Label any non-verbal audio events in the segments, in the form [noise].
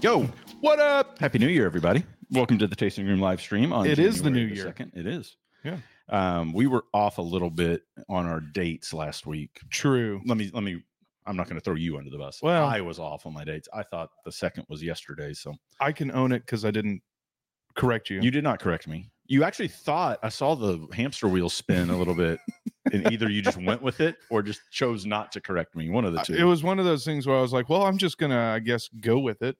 Yo, What up? happy new year, everybody. Welcome to the Tasting Room live stream. On It is the January new year. 2nd. It is. Yeah. Um, we were off a little bit on our dates last week. True. Let me, let me, I'm not going to throw you under the bus. Well- I was off on my dates. I thought the second was yesterday. So I can own it because I didn't correct you. you did not correct me. You actually thought I saw the hamster wheel spin a little bit, and either you just went with it or just chose not to correct me. One of the [laughs] I- two. it was one of those things where I was like, well, I'm just going to, I guess, go with it.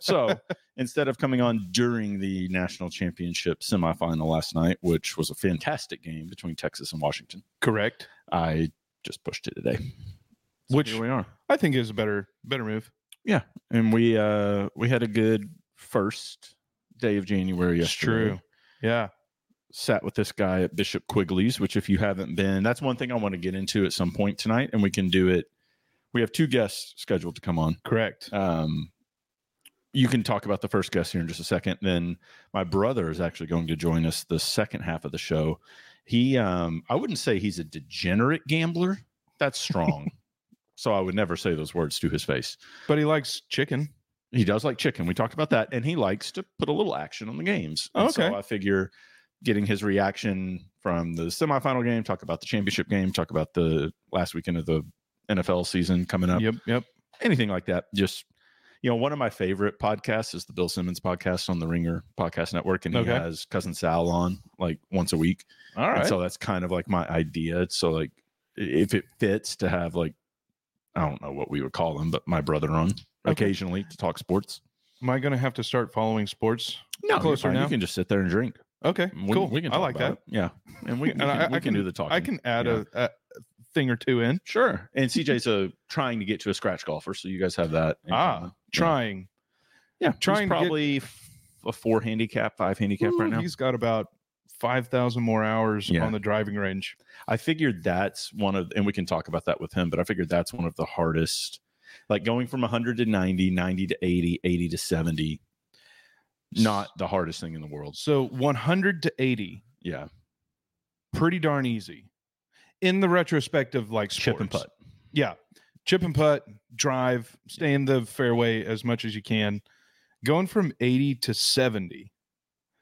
So instead of coming on during the national championship semifinal last night, which was a fantastic game between Texas and Washington, Correct. I just pushed it today. Which- here we are, I think is a better, better move. and we uh we had a good first day of January It's yesterday. true. Yeah. Sat with this guy at Bishop Quigley's, which if you haven't been, that's one thing I want to get into at some point tonight, and we can do it. We have two guests scheduled to come on. Correct. Um, you can talk about the first guest here in just a second. Then my brother is actually going to join us the second half of the show. He, um, I wouldn't say he's a degenerate gambler. That's strong. so I would never say those words to his face. But he likes chicken. He does like chicken. We talked about that, and he likes to put a little action on the games. And Okay. So I figure getting his reaction from the semifinal game, talk about the championship game, talk about the last weekend of the NFL season coming up Yep. Yep. anything like that. Just you know, one of my favorite podcasts is the Bill Simmons podcast on the Ringer Podcast Network, and he Okay. has cousin Sal on like once a week. All And right. so that's kind of like my idea. So like, i- if it fits to have like, I don't know what we would call him, but my brother on occasionally to talk sports. Am I going to have to start following sports? No, Closer closer now. now. You can just sit there and drink. Okay. We, cool. We can. I talk like that. about it. Yeah, and we, we [laughs] And can, I- I we can, do can- the talking. I can add Yeah. a, a thing or two in. sure. And CJ's uh trying to get to a scratch golfer, so you guys have that. in Ah, common. Trying. Yeah, he's trying to get- probably f- a four handicap, five handicap Ooh, right now. He's got about 5,000 more hours Yeah. on the driving range. I figured that's one of, and we can talk about that with him, but I figured that's one of the hardest, like going from 100 to 90, 90 to 80, 80 to 70. Not the hardest thing in the world. So 100 to 80. Yeah, pretty darn easy in the retrospect of like sports. chip and putt. Yeah. Chip and putt, drive, stay in the fairway as much as you can. Going from 80 to 70.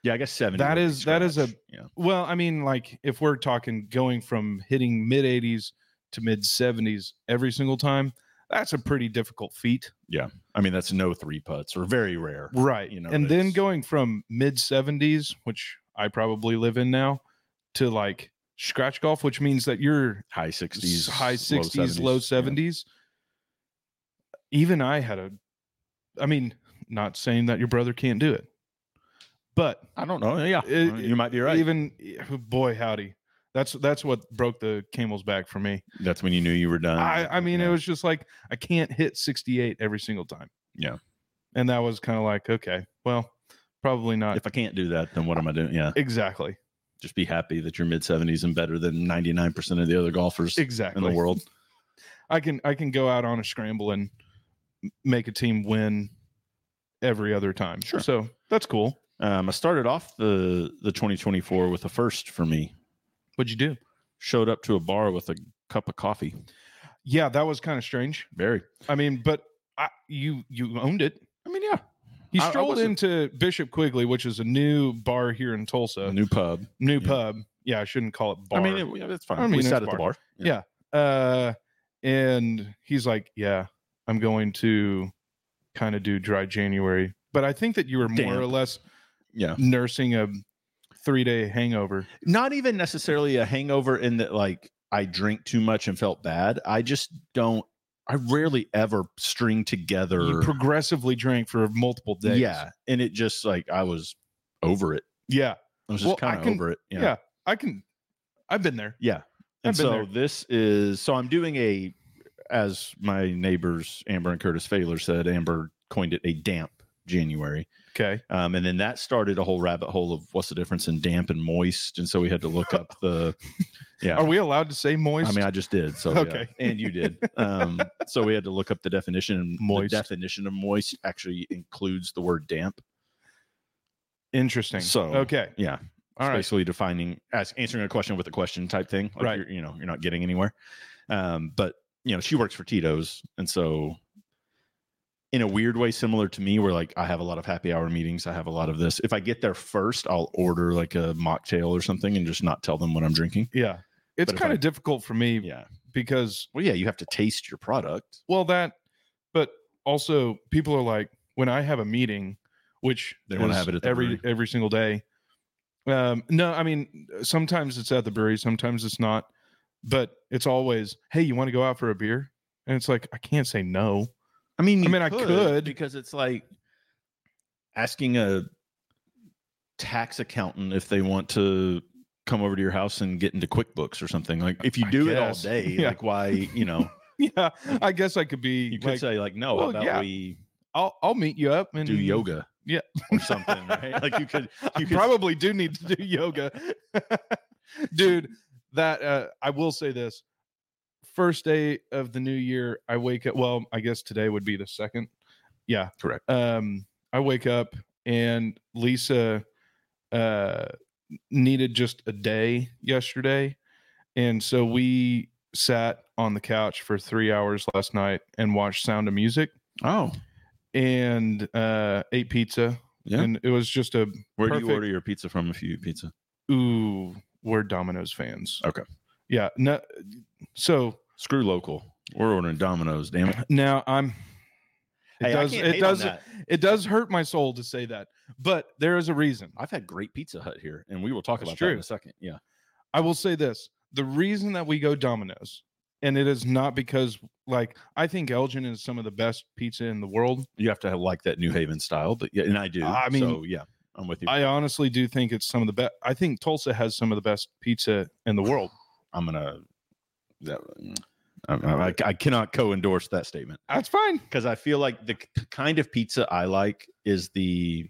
Yeah, I guess 70. would That be is- that is a- scratch. yeah. Well, I mean, like if we're talking going from hitting mid 80s to mid 70s every single time, that's a pretty difficult feat. I mean, that's no three putts or very rare. Right. You You know, know, and then it's- going from mid 70s, which I probably live in now, to like scratch golf, which means that you're High 60s, high low sixties, low Yeah. seventies. Even I had a, I mean, not saying that your brother can't do it, but I don't know. Yeah, Uh, It- you might be right. even oh boy howdy, that's that's what broke the camel's back for me. that's when you knew you were done. I I mean, Uh, Yeah. it was just like I can't hit sixty eight every single time. Yeah. and that was kind of like okay, well, probably not If I can't do that, then what am I doing? Yeah. exactly, just be happy that you're mid 70s and better than 99% of the other golfers exactly in the world. I can I can go out on a scramble and m- make a team win every other time. Sure. So that's cool. Um, I started off the the 2024 with a first for me. What'd you do? Showed up to a bar with a cup of coffee. Yeah, that was kind of strange. Very. I mean, but I, you you owned it. I mean, yeah, He I- I strolled wasn't- into Bishop Quigley, which is a new bar here in a Tulsa, new, new pub. yeah. pub. Yeah, I shouldn't call it bar. I mean, it, yeah, it's fine. I mean, we it's sat at bar. the bar. Yeah. uh, and he's like, "Yeah, I'm going to kind of do dry January." But I think that you were more or Damp. less yeah. nursing a three day hangover. Not even necessarily a hangover in that, like, I drink too much and felt bad. I just don't, I rarely ever string together. You progressively drank for multiple days. Er. yeah. And it just, like, I was over it. yeah, I was Well, just I kind of can- over it. yeah. I can. I've been there. Yeah. And I've been so there. this is so I'm doing a as my neighbors Amber and Curtis Failer said, Amber coined it a damp January. Okay. Um, and then that started a whole rabbit hole of what's the difference in damp and moist. And so we had to look up [laughs] the yeah. Are we allowed to say moist? I mean, I just did. So Okay. yeah. and you [laughs] did. Um, so we had to look up the definition. And Moist. The definition of moist actually includes the word damp. Interesting. So, okay. Yeah. All it's right. basically defining as answering a question with a question type thing. Like Right. You're, you know, you're not getting anywhere. Um, but you know, she works for Tito's, and so in a weird way similar to me where like I have a lot of happy hour meetings, I have a lot of this. If I get there first, I'll order like a mocktail or something and just not tell them what I'm drinking. Yeah. It's But if kind I- of difficult for me Yeah. because Well, yeah, you have to taste your product. well that but also people are like when I have a meeting which They wanna is have it at the every brewery. every single day. Um no, I mean sometimes it's at the brewery, sometimes it's not, but it's always, "Hey, you want to go out for a beer?" And it's like, I can't say no. [laughs] I mean, I you mean, I could. because it's like asking a tax accountant if they want to come over to your house and get into QuickBooks or something. Like if you I do guess. it all day, [laughs] Yeah. like why, you know, [laughs] Yeah, I guess I could be Hmm. you could like, say like, no, well, how about yeah. we I'll I'll meet you up and do yoga? Yeah. Or [laughs] something, right? Like you could I you could- probably do need to do yoga. [laughs] Dude, that uh I will say this. First day of the new year, I wake up. Well, I guess today would be the second. Yeah. Correct. Um, I wake up and Lisa uh needed just a day yesterday. And so we sat on the couch for three hours last night and watched Sound of Music Oh. and uh ate pizza. Yeah. And it was just a Where do Perfect. you order your pizza from if you eat pizza? ooh, we're Domino's fans. Okay. Yeah. No, so Screw local. We're ordering Domino's, damn it. [laughs] now I'm. It Hey, I does. can't It hate on does. that. It does hurt my soul to say that, but there is a reason. I've had great Pizza Hut here, and we will talk That's about that in true. a second. Yeah. I will say this: the reason that we go Domino's, and it is not because like I think Elgin is some of the best pizza in the world. You have to have, like that New Haven style, but yeah, and I do. I mean- so, yeah, I'm with you. I, I honestly do think it's some of the best. I think Tulsa has some of the best pizza in the world. am gonna. That, mm, I, I, I cannot co-endorse that statement That's fine. because I feel like the k- kind of pizza I like is the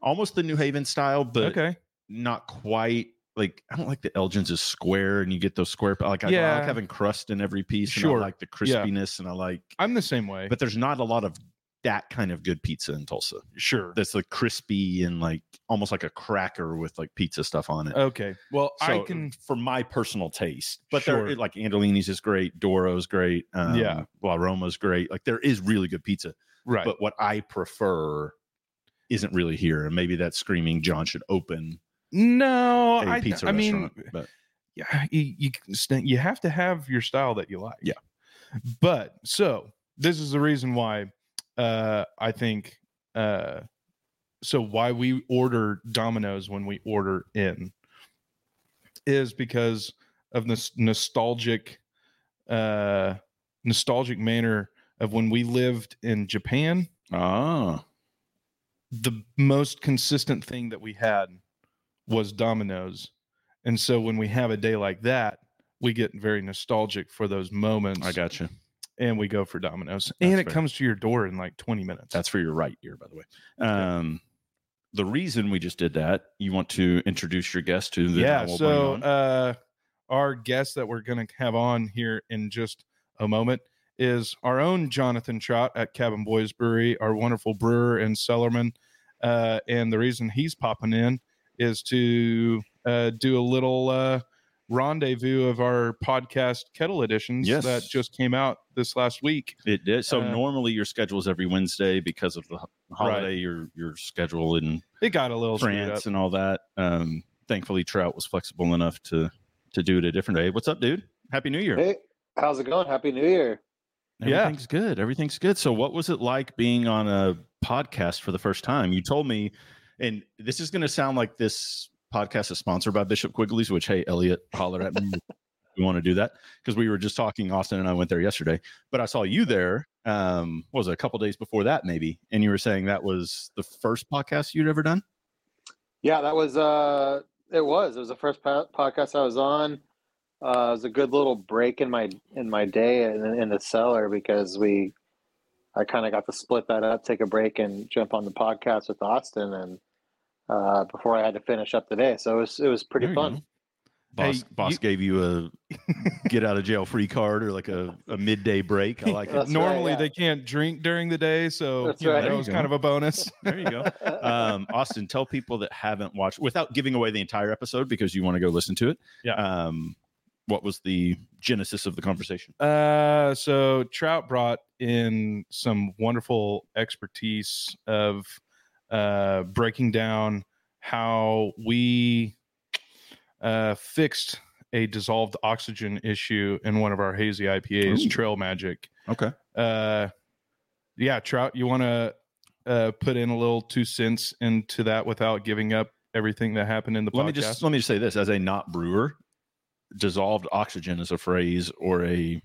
almost the New Haven style, but okay. not quite. Like I don't like the Elgin's is square, and you get those square. Like I, I Yeah. like having crust in every piece. Sure. And I like the Yeah. crispiness, and I like. I'm the same way. But there's not a lot of that kind of good pizza in Tulsa. sure. that's like crispy and like almost like a cracker with like pizza stuff on it. Okay. Well, I So, can. for my personal taste, but Sure. there like Andolini's is great, Doro's great, um, Yeah. La Roma's great. Like there is really good pizza, Right. but what I prefer isn't really here, and maybe that's screaming John should open no, a I. pizza I mean, restaurant. but yeah, you, you can st- you have to have your style that you like. Yeah. But so this is the reason why uh I think uh so why we order Domino's when we order in is because of this nostalgic uh nostalgic manner of when we lived in Japan oh, the most consistent thing that we had was dominoes. And so when we have a day like that, we get very nostalgic for those moments I got you. and we go for dominoes. That's and it fair. comes to your door in like 20 minutes. That's for your right ear, by the way. Um, the reason we just did that, you want to introduce your guest to the yeah. I will bring So on? uh our guest that we're gonna have on here in just a moment is our own Jonathan Trot at Cabin Boys Brewery, our wonderful brewer and cellarman. Uh, and the reason he's popping in is to uh, do a little uh, rendezvous of our podcast kettle editions Yes. that just came out this last week. It did. So Uh, normally your schedule is every Wednesday because of the ho- holiday. Your your schedule in It got a little screwed up. France and all that. Um, thankfully, Trout was flexible enough to to do it a different day. What's up, dude? Happy New Year. Hey, how's it going? Happy New Year. yeah. Everything's good. Everything's good. So, what was it like being on a podcast for the first time? You told me, and this is going to sound like this podcast is sponsored by Bishop Quigley's. Which, hey, Elliot, holler at me. [laughs] if you want to do that because we were just talking. Austin and I went there yesterday, but I saw you there. Um, what was it, a couple days before that, maybe? And you were saying that was the first podcast you'd ever done. Yeah, that was uh it was. It was the first po- podcast I was on. Uh it was a good little break in my in my day in, in the cellar because we I kind of got to split that up, take a break and jump on the podcast with Austin and uh before I had to finish up today. So it was it was pretty There you fun. go. Boss, Hey, boss you- gave you a get out of jail free card or like a, a midday break. I like it. That's right, Normally yeah. they can't drink during the day, so That's you know, right. that There you was go. kind of a bonus. There you go. Uh, um, Austin, tell people that haven't watched without giving away the entire episode because you want to go listen to it. Yeah. Um, what was the genesis of the conversation? Uh, so Trout brought in some wonderful expertise of uh, breaking down how we uh, fixed a dissolved oxygen issue in one of our hazy IPAs, Ooh. Trail Magic. Okay. Uh, yeah, Trout, you want to uh, put in a little two cents into that without giving up everything that happened in the Let podcast? me just let me just say this as a not brewer, dissolved oxygen is a phrase or a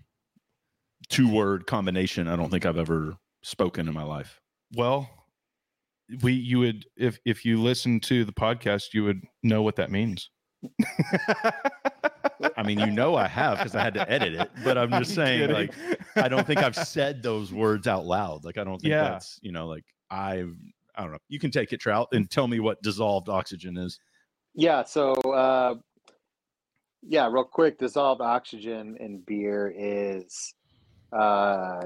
two word combination I don't think I've ever spoken in my life. Well, we you would if if you listen to the podcast, you would know what that means. I mean, you know I have because I had to edit it, but [laughs] I'm [laughs] just saying kidding. like I don't think I've said those words out loud. Like I don't think Yeah. that's you know like I I don't know. You can take it, Trout, and tell me what dissolved oxygen is. Yeah. So, uh, yeah, real quick, dissolved oxygen in beer is, uh,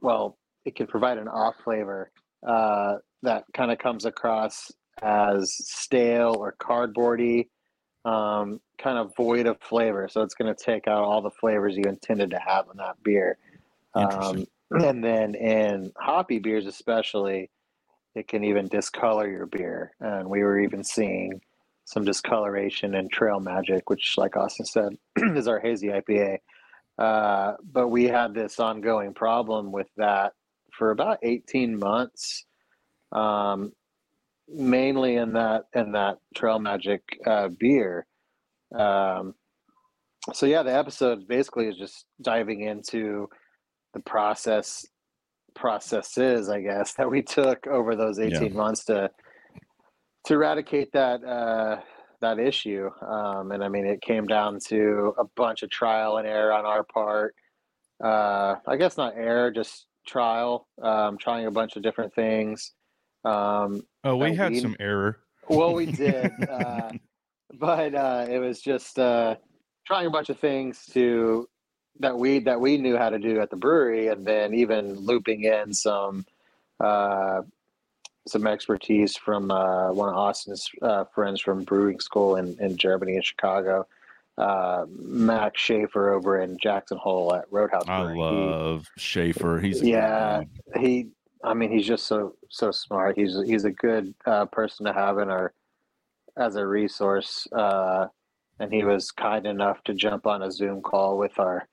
well, it can provide an off flavor uh, that kind of comes across as stale or cardboardy, um, kind of void of flavor. So it's going to take out all the flavors you intended to have in that beer. Um, Interesting. and then in hoppy beers, especially, it can even discolor your beer. And we were even seeing some discoloration in Trail Magic, which, like Austin said, [clears throat] is our hazy IPA. Uh, but we had this ongoing problem with that for about 18 months, um, mainly in that in that Trail Magic uh, beer. Um, so yeah, the episode basically is just diving into the process processes, I guess, [laughs] that we took over those 18 months to to eradicate that uh, that issue. Um, and I mean, it came down to a bunch of trial and error on our part. Uh, I guess not error, just trial, um, trying a bunch of different things. Um, oh, we that had weed. some error. well, [laughs] we did, uh, but uh, it was just uh, trying a bunch of things to that we that we knew how to do at the brewery, and then even looping in some uh, some expertise from uh, one of Austin's uh, friends from brewing school in, in Germany and Chicago, uh, Max Schaefer over in Jackson Hole at Roadhouse. I Brewery. He- love Schaefer. He's good Yeah. dude. he i mean he's just so so smart he's he's a good uh, person to have in our as a resource uh and he was kind enough to jump on a zoom call with our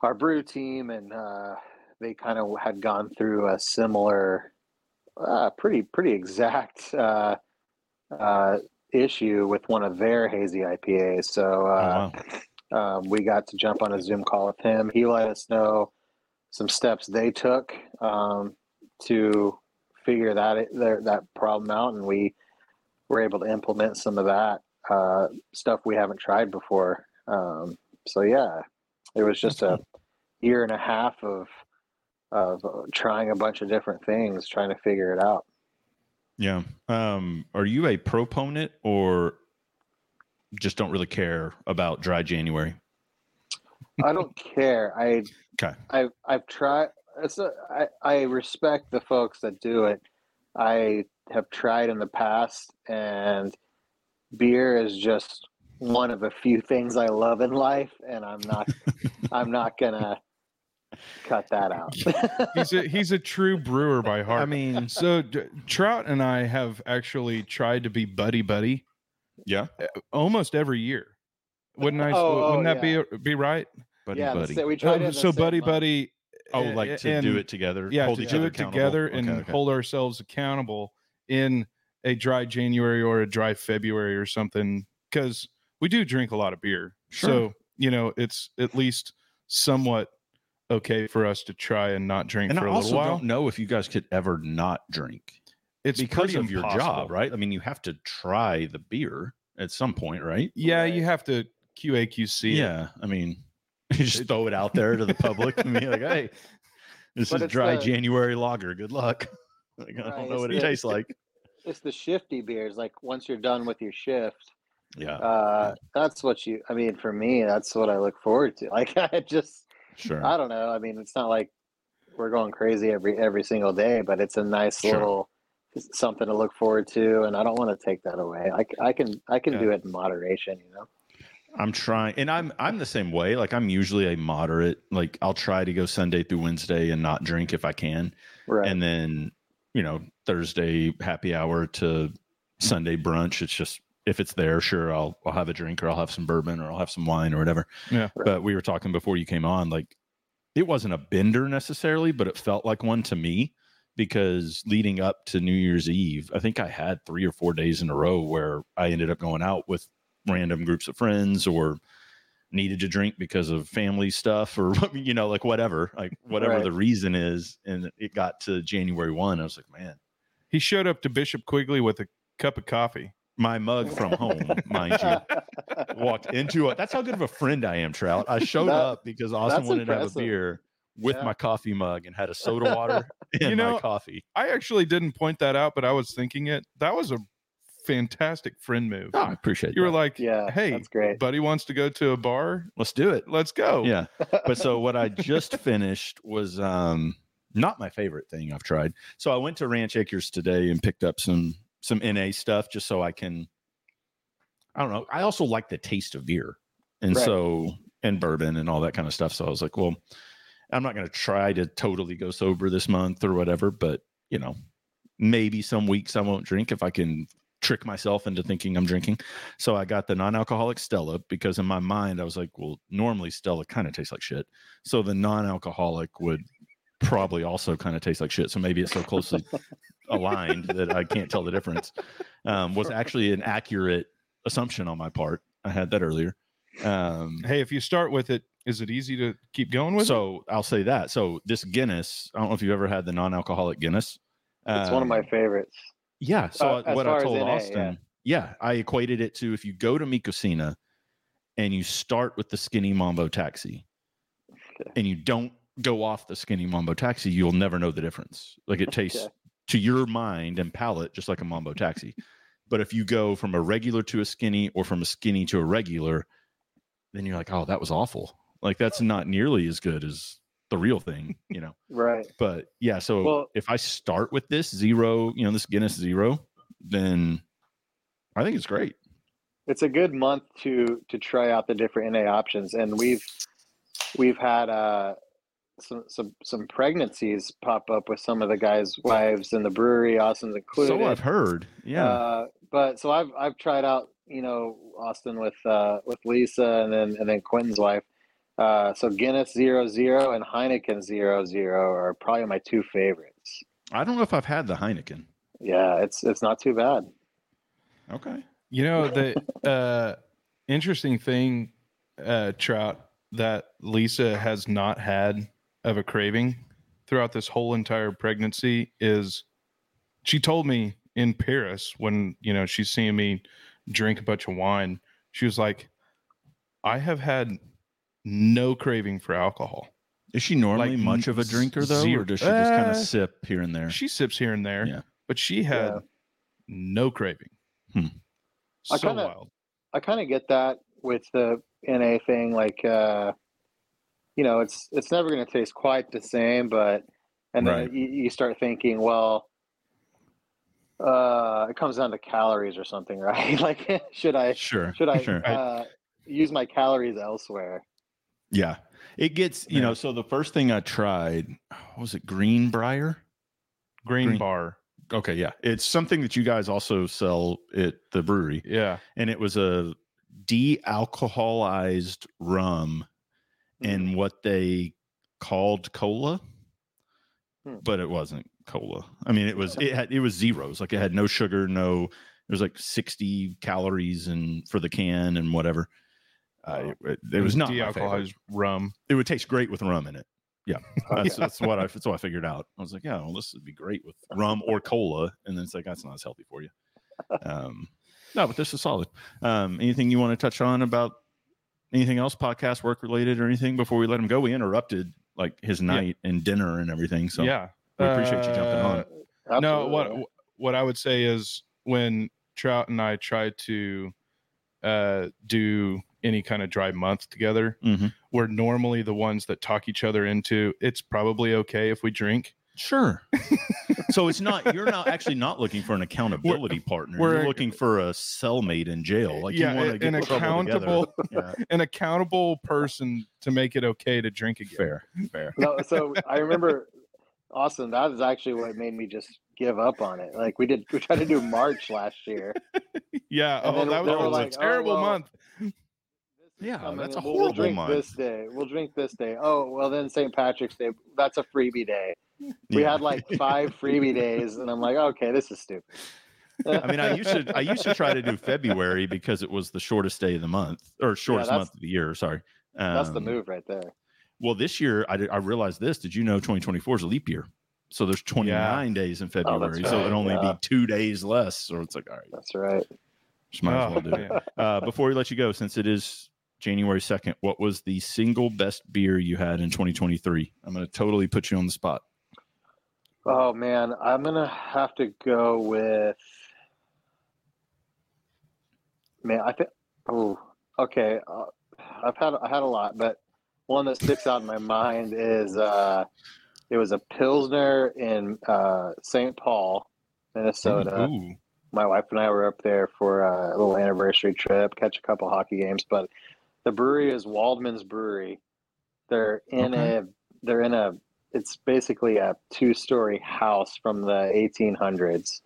our brew team and uh they kind of had gone through a similar uh pretty pretty exact uh uh issue with one of their hazy ipas so Oh, uh Uh-huh. [laughs] wow. um, we got to jump on a Zoom call with him. He let us know some steps they took um, to figure that their, that problem out, and we were able to implement some of that uh, stuff we haven't tried before. Um, so yeah, it was just a year and a half of of uh, trying a bunch of different things, trying to figure it out. Yeah. Um, are you a proponent or just don't really care about dry January? I don't care. I Okay. I've I've tried. It's a, I, I respect the folks that do it. I have tried in the past, and beer is just one of a few things I love in life, and I'm not I'm not gonna cut that out. He's a he's a true brewer by heart. I mean, so D- Trout and I have actually tried to be buddy buddy yeah, almost every year. Wouldn't I? Oh, oh, wouldn't that be be right? buddy, [laughs] yeah, buddy. So we tried Uh, it in the so same buddy month. buddy. oh, uh, like to and- do it together. yeah hold to each do other it accountable. together Okay, and okay. hold ourselves accountable in a dry january or a dry february or something because we do drink a lot of beer Sure. so you know it's at least somewhat okay for us to try and not drink And for I a also little while don't know if you guys could ever not drink it's because pretty of your impossible. job, right? I mean, you have to try the beer at some point, right? yeah Right. you have to qaqc uh, Yeah. I mean, [laughs] you just throw it out there to the public and be like, [laughs] hey, this But is it's dry the- January lager. Good luck. [laughs] Like, I Right, Uh, don't know it's what it the- tastes [laughs] like. It's the shifty beers. Like once you're done with your shift, Yeah, uh, that's what you. I mean, for me, that's what I look forward to. [laughs] Like I just sure. I don't know. I mean, it's not like we're going crazy every every single day, but it's a nice Sure. little something to look forward to, and I don't want to take that away. I, c- I can I can do it in moderation, you know. I'm trying, and I'm I'm the same way. Like I'm usually a moderate. Like I'll try to go Sunday through Wednesday and not drink if I can, Right. and then you know Thursday happy hour to Sunday brunch. It's just if it's there, sure I'll I'll have a drink or I'll have some bourbon or I'll have some wine or whatever. Yeah. Right. But we were talking before you came on, like it wasn't a bender necessarily, but it felt like one to me because leading up to New Year's Eve, I think I had three or four days in a row where I ended up going out with random groups of friends or needed to drink because of family stuff or [laughs] you know like whatever like whatever Right. the reason is and it got to january 1 i was like man He showed up to Bishop Quigley with a cup of coffee. my mug from home mind you walked into it. That's how good of a friend I am, Trout. I showed That- up because Austin that's wanted to have impressive. a beer with Yeah. my coffee mug and had a soda water and You know- my coffee. I actually didn't point that out, but I was thinking it. That was a fantastic friend move. Oh, I appreciate you were that. like, yeah. hey, that's great. buddy wants to go to a bar. Let's do it. Let's go. Yeah. But so what I just finished was um not my favorite thing I've tried. So I went to Ranch Acres today and picked up some some NA stuff just so I can I don't know. I also like the taste of beer. And Right. so and bourbon and all that kind of stuff. So I was like, well, I'm not going to try to totally go sober this month or whatever, but you know, maybe some weeks I won't drink if I can trick myself into thinking I'm drinking. So I got the non-alcoholic Stella because in my mind I was like, well, normally Stella kind of tastes like shit. So the non-alcoholic would probably also kind of taste like shit. So maybe it's so [laughs] closely aligned that I can't tell the difference. Um, was actually an accurate assumption on my part. I had that earlier. Um, Hey, if you start with it, is it easy to keep going with? it? so I'll say that. So this Guinness, I don't know if you've ever had the non-alcoholic Guinness. It's one of Um, my favorites. yeah. So Uh, I- as what far I as told NA, yeah. Austin, yeah. I equated it to if you go to Mikosina and you start with the skinny mambo taxi Okay. and you don't go off the skinny mambo taxi, you'll never know the difference. Like it tastes Okay. to your mind and palate just like a mambo taxi. But if you go from a regular to a skinny or from a skinny to a regular, then you're like, oh, that was awful. Like that's not nearly as good as the real thing, you know. Right. But yeah, so Well- if I start with this zero, you know, this Guinness zero, then I think it's great. it's a good month to to try out the different NA options, and we've we've had uh, some some some pregnancies pop up with some of the guys' wives in the brewery, Austin's included. So I've heard. Yeah. Uh, but so I've I've tried out you know Austin with uh, with Lisa and then and then Quentin's wife. Uh, so Guinness zero zero and Heineken zero zero are probably my two favorites. I don't know if I've had the Heineken. Yeah, it's it's not too bad. Okay. You know the uh, interesting thing, uh, Trout, that Lisa has not had of a craving throughout this whole entire pregnancy is she told me in Paris when you know she's seeing me drink a bunch of wine, she was like, "I have had no craving for alcohol. Is she normally Like, much of a s- drinker though, zero- or does she just kind Uh, of sip here and there? She sips here and there, Yeah. but she had Yeah. no craving. Hmm. So I kinda- wild." I kind of get that with the NA thing. Like, uh, you know, it's it's never going to taste quite the same, but and then Right. you, you start thinking, well, uh, it comes down to calories or something, [laughs] right? like, should I sure. should I Sure. uh, use my calories elsewhere? Yeah. It gets, you Yeah. know, so the first thing I tried, what was it Greenbrier? Green, Green- bar, Okay, yeah. It's something that you guys also sell at the brewery. yeah. And it was a de-alcoholized rum and what they called cola. Hmm. But it wasn't cola. I mean, it was it had it was zeros. Like it had no sugar, no it was like 60 calories and for the can and whatever. Uh, it, it was not my favorite. de-alcoholized rum. it would taste great with rum in it. [laughs] Yeah, that's, Oh, Okay. that's what I that's what I figured out. I was like, yeah, well, this would be great with rum or cola, and then it's like that's not as healthy for you. Um, no, but this is solid. Um, anything you want to touch on about anything else, podcast work related or anything before we let him go? We interrupted like his night and dinner and everything, so yeah, we appreciate you jumping on. Uh, No, what what I would say is when Trout and I tried to uh, do any kind of dry month together, Mhm. we're normally the ones that talk each other into it's probably okay if we drink. sure. [laughs] So it's not you're not actually not looking for an accountability partner. we're- you're looking for a cellmate in jail. Like yeah, you want a- to get an in trouble accountable, [laughs] together. an accountable person to make it okay to drink Yeah, again. fair, fair. No, so [laughs] I remember, Austin. That is actually what made me just give up on it. Like we did, we tried to do March last year. Yeah. And oh, then that they were was like, a "Oh, terrible well, month. This is Yeah, coming that's and a we'll- we'll horrible drink month. This day, we'll drink this day. Oh well, then St. Patrick's Day. That's a freebie day. We Yeah. had like [laughs] five freebie days, and I'm like, okay, this is stupid. I mean, I used to I used to try to do February because it was the shortest day of the month or shortest that's- month of the year. Sorry, um, That's the move right there. Well, this year I, did- I realized this. Did you know 2024 is a leap year? So there's 29 days in February, so Oh, right, it'd only yeah. be two days less. So it's like, all right, That's right. just might as well Oh, do it. [laughs] man. Uh, before we let you go, since it is January 2nd, what was the single best beer you had in 2023? I'm going to totally put you on the spot. Oh man, I'm gonna have to go with. Man, I think. Oh, okay. Uh, I've had I had a lot, but one that sticks out in my mind is uh, it was a pilsner in uh, St. Paul, Minnesota. Ooh. My wife and I were up there for uh, a little anniversary trip, catch a couple hockey games. But the brewery is Waldman's Brewery. They're in Okay. a they're in a it's basically a two story house from the 1800s,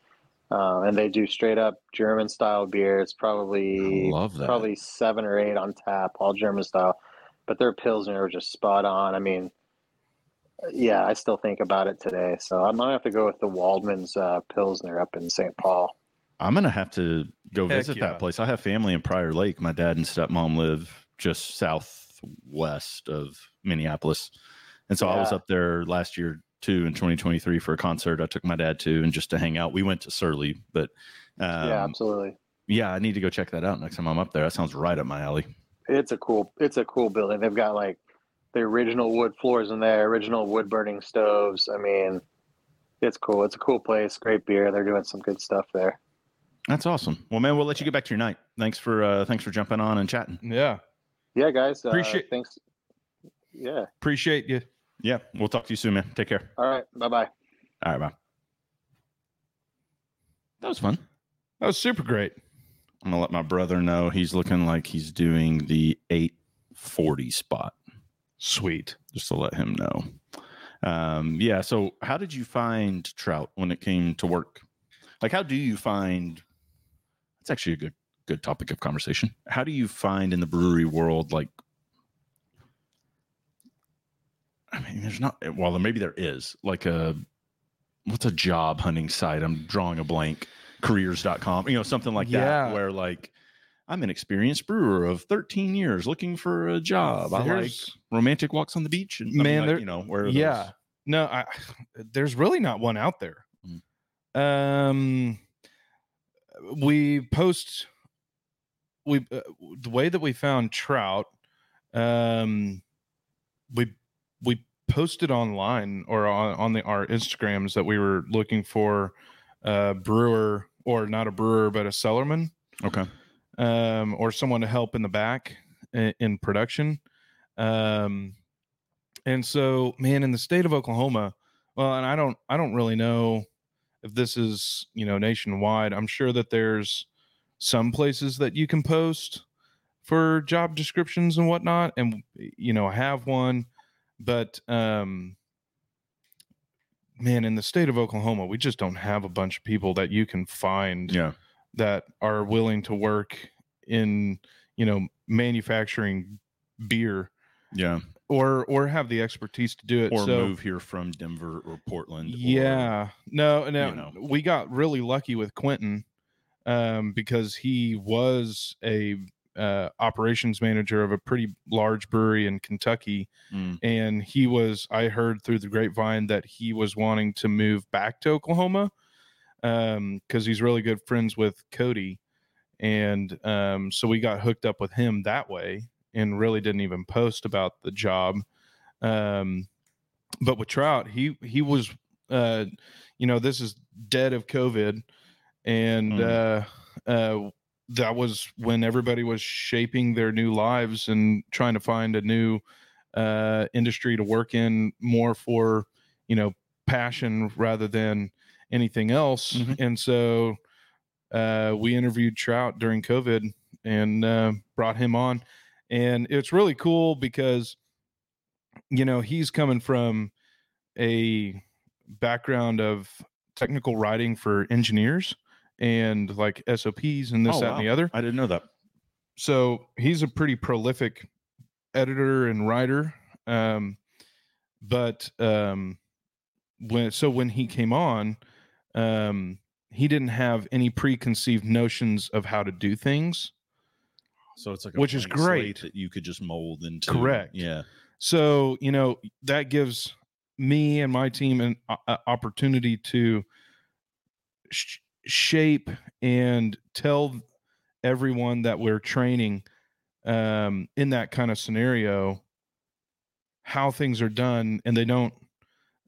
um, and they do straight up German style beer. It's probably love that. probably seven or eight on tap, all German style. But their pilsner were just spot on. I mean, yeah, I still think about it today. So I'm gonna have to go with the Waldman's uh, pilsner up in St. Paul. I'm going to have to go Heck visit yeah. that place. I have family in Prior Lake. My dad and stepmom live just southwest of Minneapolis. And so I was Yeah. up there last year too in 2023 for a concert. I took my dad to and just to hang out. We went to Surly, but um, yeah, yeah. absolutely. I need to go check that out next time I'm up there. That sounds right up my alley. it's a cool it's a cool building they've got like the original wood floors in there original wood burning stoves i mean it's cool it's a cool place great beer they're doing some good stuff there That's awesome. Well, man, we'll let you get back to your night. Thanks for uh, thanks for jumping on and chatting. Yeah. yeah guys uh, Appreciate- thanks yeah Appreciate you. Yeah, we'll talk to you soon, man. Take care. all right bye-bye All right, bye. That was fun. That was super great. I'm gonna let my brother know he's looking like he's doing the 840 spot, Sweet. just to let him know. Um, yeah. So, how did you find Trout when it came to work? Like, how do you find? That's actually a good good topic of conversation. How do you find in the brewery world, like? I mean, there's not. Well, maybe there is like a what's a job hunting site? I'm drawing a blank. Careers.com, you know, something like Yeah. that, where like I'm an experienced brewer of 13 years looking for a job. I like There's- romantic walks on the beach and I mean, Man, like, there- you know where are yeah those? no i [sighs] there's really not one out there Mm. um we post we uh, the way that we found trout um we we posted online or on, on the our instagrams that we were looking for a brewer or not a brewer but a cellarman okay um, or someone to help in the back in, in production. Um, and so, man, in the state of Oklahoma, well, and I don't, I don't really know if this is you know nationwide. I'm sure that there's some places that you can post for job descriptions and whatnot, and you know have one, but um. Man, in the state of Oklahoma, we just don't have a bunch of people that you can find yeah that are willing to work in you know manufacturing beer yeah or or have the expertise to do it or so move here from Denver or Portland or- yeah no no you know. we got really lucky with quentin um because he was a uh, operations manager of a pretty large brewery in kentucky Mm, and he was i heard through the grapevine that he was wanting to move back to oklahoma um because he's really good friends with cody and um so we got hooked up with him that way and really didn't even post about the job um but with trout he he was uh you know this is dead of covid and uh uh that was when everybody was shaping their new lives and trying to find a new uh, industry to work in more for you know passion rather than anything else. Mhm. And so uh, we interviewed Trout during COVID and uh, brought him on. And it's really cool because, you know, he's coming from a background of technical writing for engineers and like SOPs and this, Oh, that, wow. and the other I didn't know that. so he's a pretty prolific editor and writer um but um when so when he came on um he didn't have any preconceived notions of how to do things So it's like Which is blank slate great. that you could just mold into. Correct. Yeah. so you know that gives me and my team an o- o- opportunity to sh- shape and tell everyone that we're training um, in that kind of scenario how things are done and they don't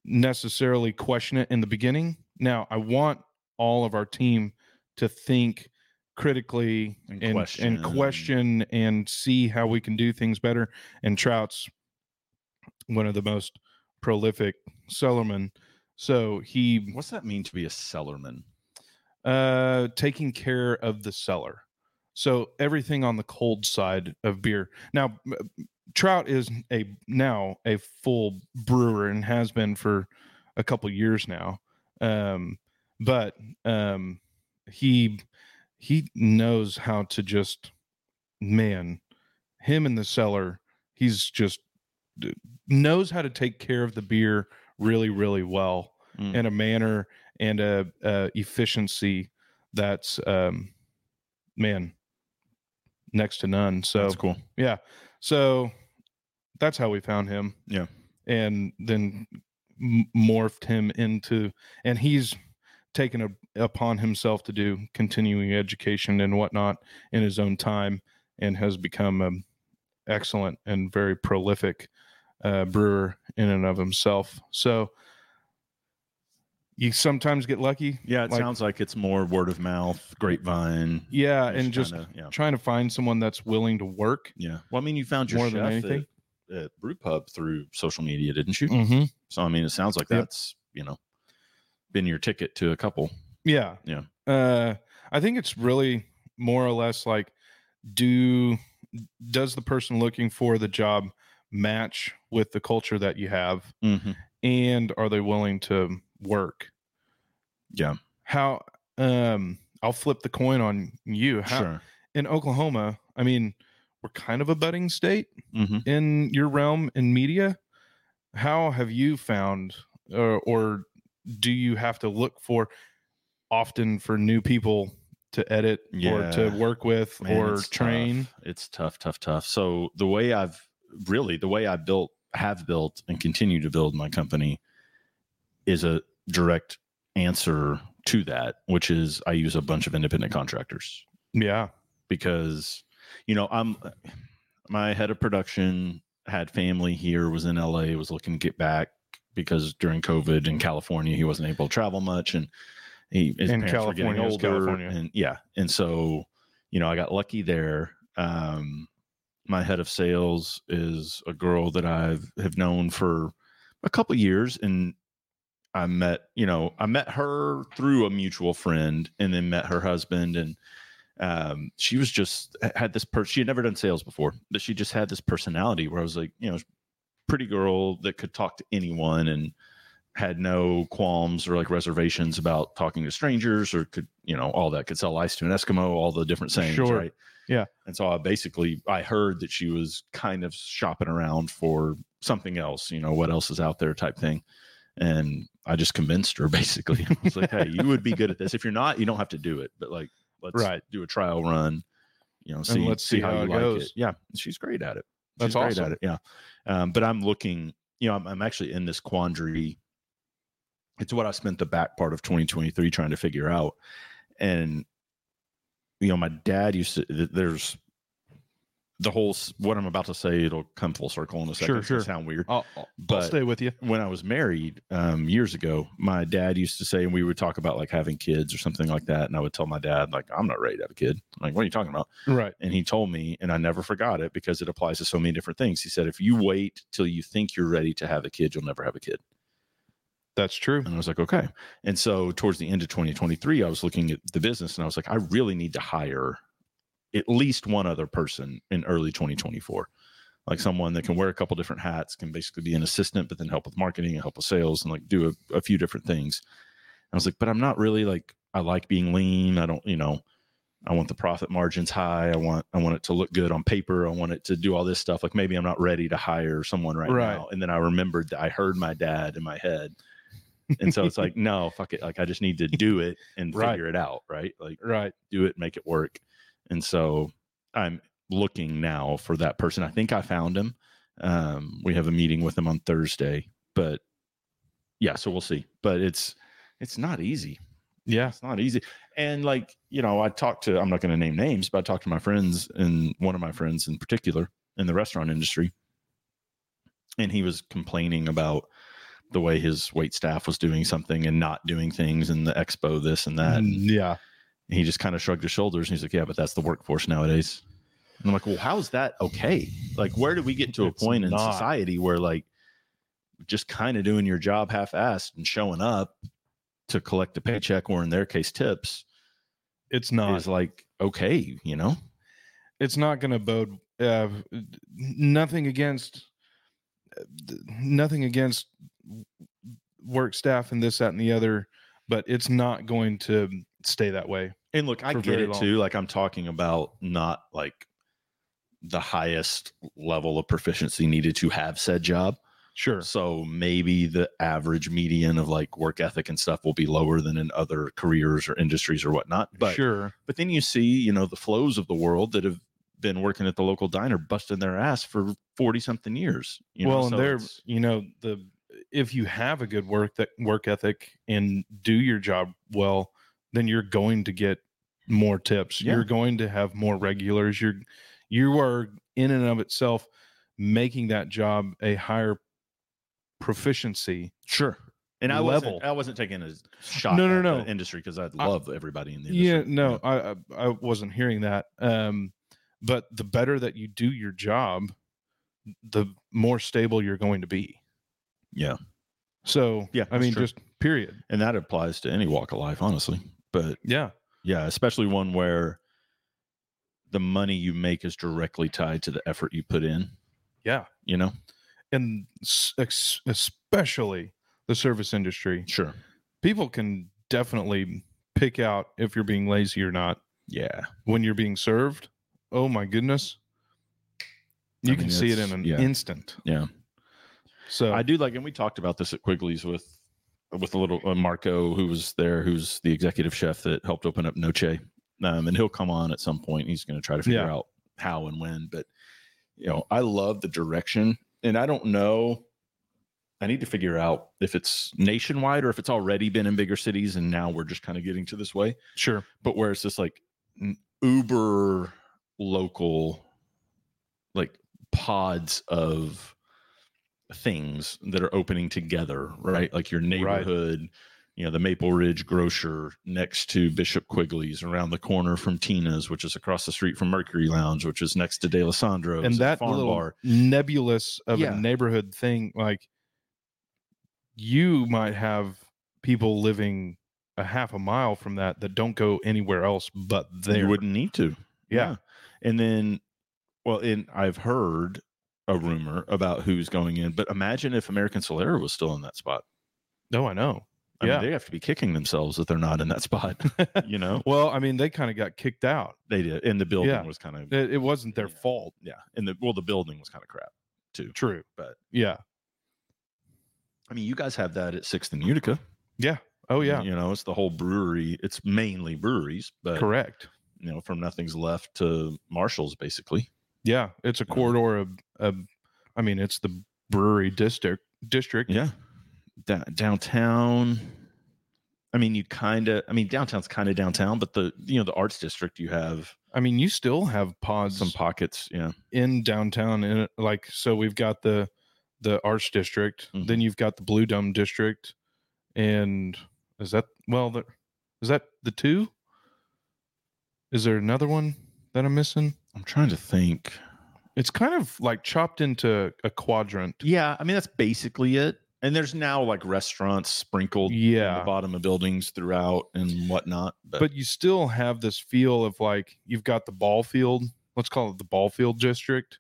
necessarily question it in the beginning now i want all of our team to think critically And and question and and- question and see how we can do things better and Trout's one of the most prolific sellermen. So he What's that mean to be a sellerman? uh taking care of the seller. So everything on the cold side of beer. Now m- Trout is a now a full brewer and has been for a couple years now. Um but um he he knows how to just man him and the seller he's just d- knows how to take care of the beer really really well Mm. in a manner and a, a efficiency that's um man next to none so That's cool. yeah so that's how we found him Yeah. and then m- morphed him into and he's taken a, upon himself to do continuing education and whatnot in his own time and has become an excellent and very prolific uh, brewer in and of himself so you sometimes get lucky Yeah, it Like- sounds like it's more word of mouth, grapevine. yeah and just kinda- yeah, trying to find someone that's willing to work yeah. Well, I mean, you found your More more than chef anything? at, at Brewpub through social media, didn't you? mm-hmm. So I mean, it sounds like Yep. that's you know been your ticket to a couple. Yeah. Yeah. Uh I think it's really more or less like do does the person looking for the job match with the culture that you have Mm-hmm. and are they willing to work? Yeah. How um I'll flip the coin on you. How Sure. in Oklahoma, I mean, we're kind of a budding state Mm-hmm. in your realm in media how have you found uh, or do you have to look for often for new people to edit or to Yeah. work with Man, or it's tough. train It's tough, tough, tough. So the way I've really the way I built, have built, and continue to build my company is a direct answer to that, which is I use a bunch of independent contractors yeah because you know I'm uh, my head of production had family here, was in LA, was looking to get back because during COVID in California he wasn't able to travel much, and he his And parents were getting California is California. and yeah, and so you know I got lucky there. Um, my head of sales is a girl that I've have known for a couple years, and I met you know I met her through a mutual friend, and then met her husband and um, she was just had this per she had never done sales before, but she just had this personality where I was like, you know, pretty girl that could talk to anyone and had no qualms or like reservations about talking to strangers or could, you know, all that could sell ice to an Eskimo, all the different sayings, Sure. right? Yeah. And so I basically I heard that she was kind of shopping around for something else, you know, what else is out there type thing. And I just convinced her [laughs] basically. I was like, hey, you would be good at this. If you're not, you don't have to do it. But like let's Right. do a trial run you know see let's see, see how, how you it like goes. it yeah and she's great at it That's she's great awesome. at it yeah um, but i'm looking you know I'm, I'm actually in this quandary it's what i spent the back part of 2023 trying to figure out and you know my dad used to th- there's the whole s- what i'm about to say it'll come full circle in a second Sure, It's gonna sure. sound weird I'll, I'll But- stay with you when I was married um, years ago, my dad used to say, and we would talk about like having kids or something like that. And I would tell my dad, like, I'm not ready to have a kid. I'm like, what are you talking about? right And he told me, and I never forgot it because it applies to so many different things. He said, if you wait till you think you're ready to have a kid, you'll never have a kid. That's true. And I was like, okay. And so towards the end of 2023, I was looking at the business and I was like, I really need to hire at least one other person in early 2024. Like someone that can wear a couple different hats, can basically be an assistant, but then help with marketing and help with sales and like do a, a few different things. I was like, but I'm not really like I like being lean. I don't, you know, I want the profit margins high. I want I want it to look good on paper. I want it to do all this stuff. Like maybe I'm not ready to hire someone right, Right. now. And then I remembered that I heard my dad in my head. And so it's like, no, fuck it. Like I just need to do it and Right. figure it out, right? Like Right. do it, make it work. And so I'm looking now for that person. I think I found him. Um, we have a meeting with him on Thursday, but yeah, so we'll see. But it's it's not easy Yeah. it's not easy. And like, you know, I talked to, I'm not going to name names, but I talked to my friends and one of my friends in particular in the restaurant industry. And he was complaining about the way his wait staff was doing something and not doing things and the expo, this and that. And Mm, yeah. he just kind of shrugged his shoulders and he's like, yeah, but that's the workforce nowadays. And I'm like, well, how's that okay? Like, where did we get to a It's point in not. society where like just kind of doing your job half assed and showing up to collect a paycheck or in their case tips It's not. is like okay, you know. it's not going to bode uh, nothing against uh, nothing against work staff and this that and the other but it's not going to stay that way And look, I For get very it long. too. Like I'm talking about not like the highest level of proficiency needed to have said job. sure So maybe the average median of like work ethic and stuff will be lower than in other careers or industries or whatnot. But sure but then you see, you know, the flows of the world that have been working at the local diner busting their ass for 40 something years. You well know? and so there it's- you know the if you have a good work that work ethic and do your job well then you're going to get more tips Yeah. you're going to have more regulars you're you are in and of itself making that job a higher proficiency sure. And I level. wasn't I wasn't taking a shot No, no, at the no. industry because I I- love everybody in the industry. yeah no I, I i wasn't hearing that um but the better that you do your job the more stable you're going to be Yeah. so Yeah, i that's mean true. just period and that applies to any walk of life honestly but yeah yeah especially one where the money you make is directly tied to the effort you put in yeah you know and s- ex- especially the service industry sure people can definitely pick out if you're being lazy or not yeah when you're being served oh my goodness you I can mean, see it it's- in an yeah. instant Yeah. so i do like and we talked about this at quigley's with with a little uh, marco who was there who's the executive chef that helped open up noche um, and he'll come on at some point he's going to try to figure Yeah. out how and when but you know i love the direction and i don't know I need to figure out if it's nationwide or if it's already been in bigger cities and now we're just kind of getting to this way. sure but where it's just like n- uber local like pods of things that are opening together right like your neighborhood you know the maple ridge grocer next to bishop quigley's around the corner from tina's which is across the street from mercury lounge which is next to de alessandro's and a that farm little bar nebulous of Yeah. a neighborhood thing like you might have people living a half a mile from that that don't go anywhere else but there you wouldn't need to yeah, And then, well, and I've heard a rumor about who's going in, but imagine if American Solera was still in that spot. no i know I Yeah. mean, they have to be kicking themselves that they're not in that [laughs] [laughs] spot. you know, well i mean they kind of got kicked out they did. And the building Yeah. was kind of, it, it wasn't their Yeah. fault yeah. And the, well, the building was kind of crap. true But- yeah I mean, you guys have that at Sixth and Utica. oh yeah You know, it's the whole brewery. It's mainly breweries, but, correct you know, from nothing's left to Marshall's basically. yeah it's a Yeah. corridor of, of i mean it's the brewery district district Yeah. Da- downtown. I mean, you kind of, I mean, downtown's kind of downtown, but the, you know, the arts district, you have i mean you still have pods some pockets. Yeah. in downtown in it- like so we've got the the arts district Mhm. then you've got the blue dome district and is that well the, is that the two is there another one that i'm missing I'm trying to think. it's kind of like chopped into a quadrant Yeah. I mean, that's basically it. And there's now like restaurants sprinkled in Yeah. the bottom of buildings throughout and whatnot. But, but you still have this feel of like you've got the ball field. Let's call it the ball field district,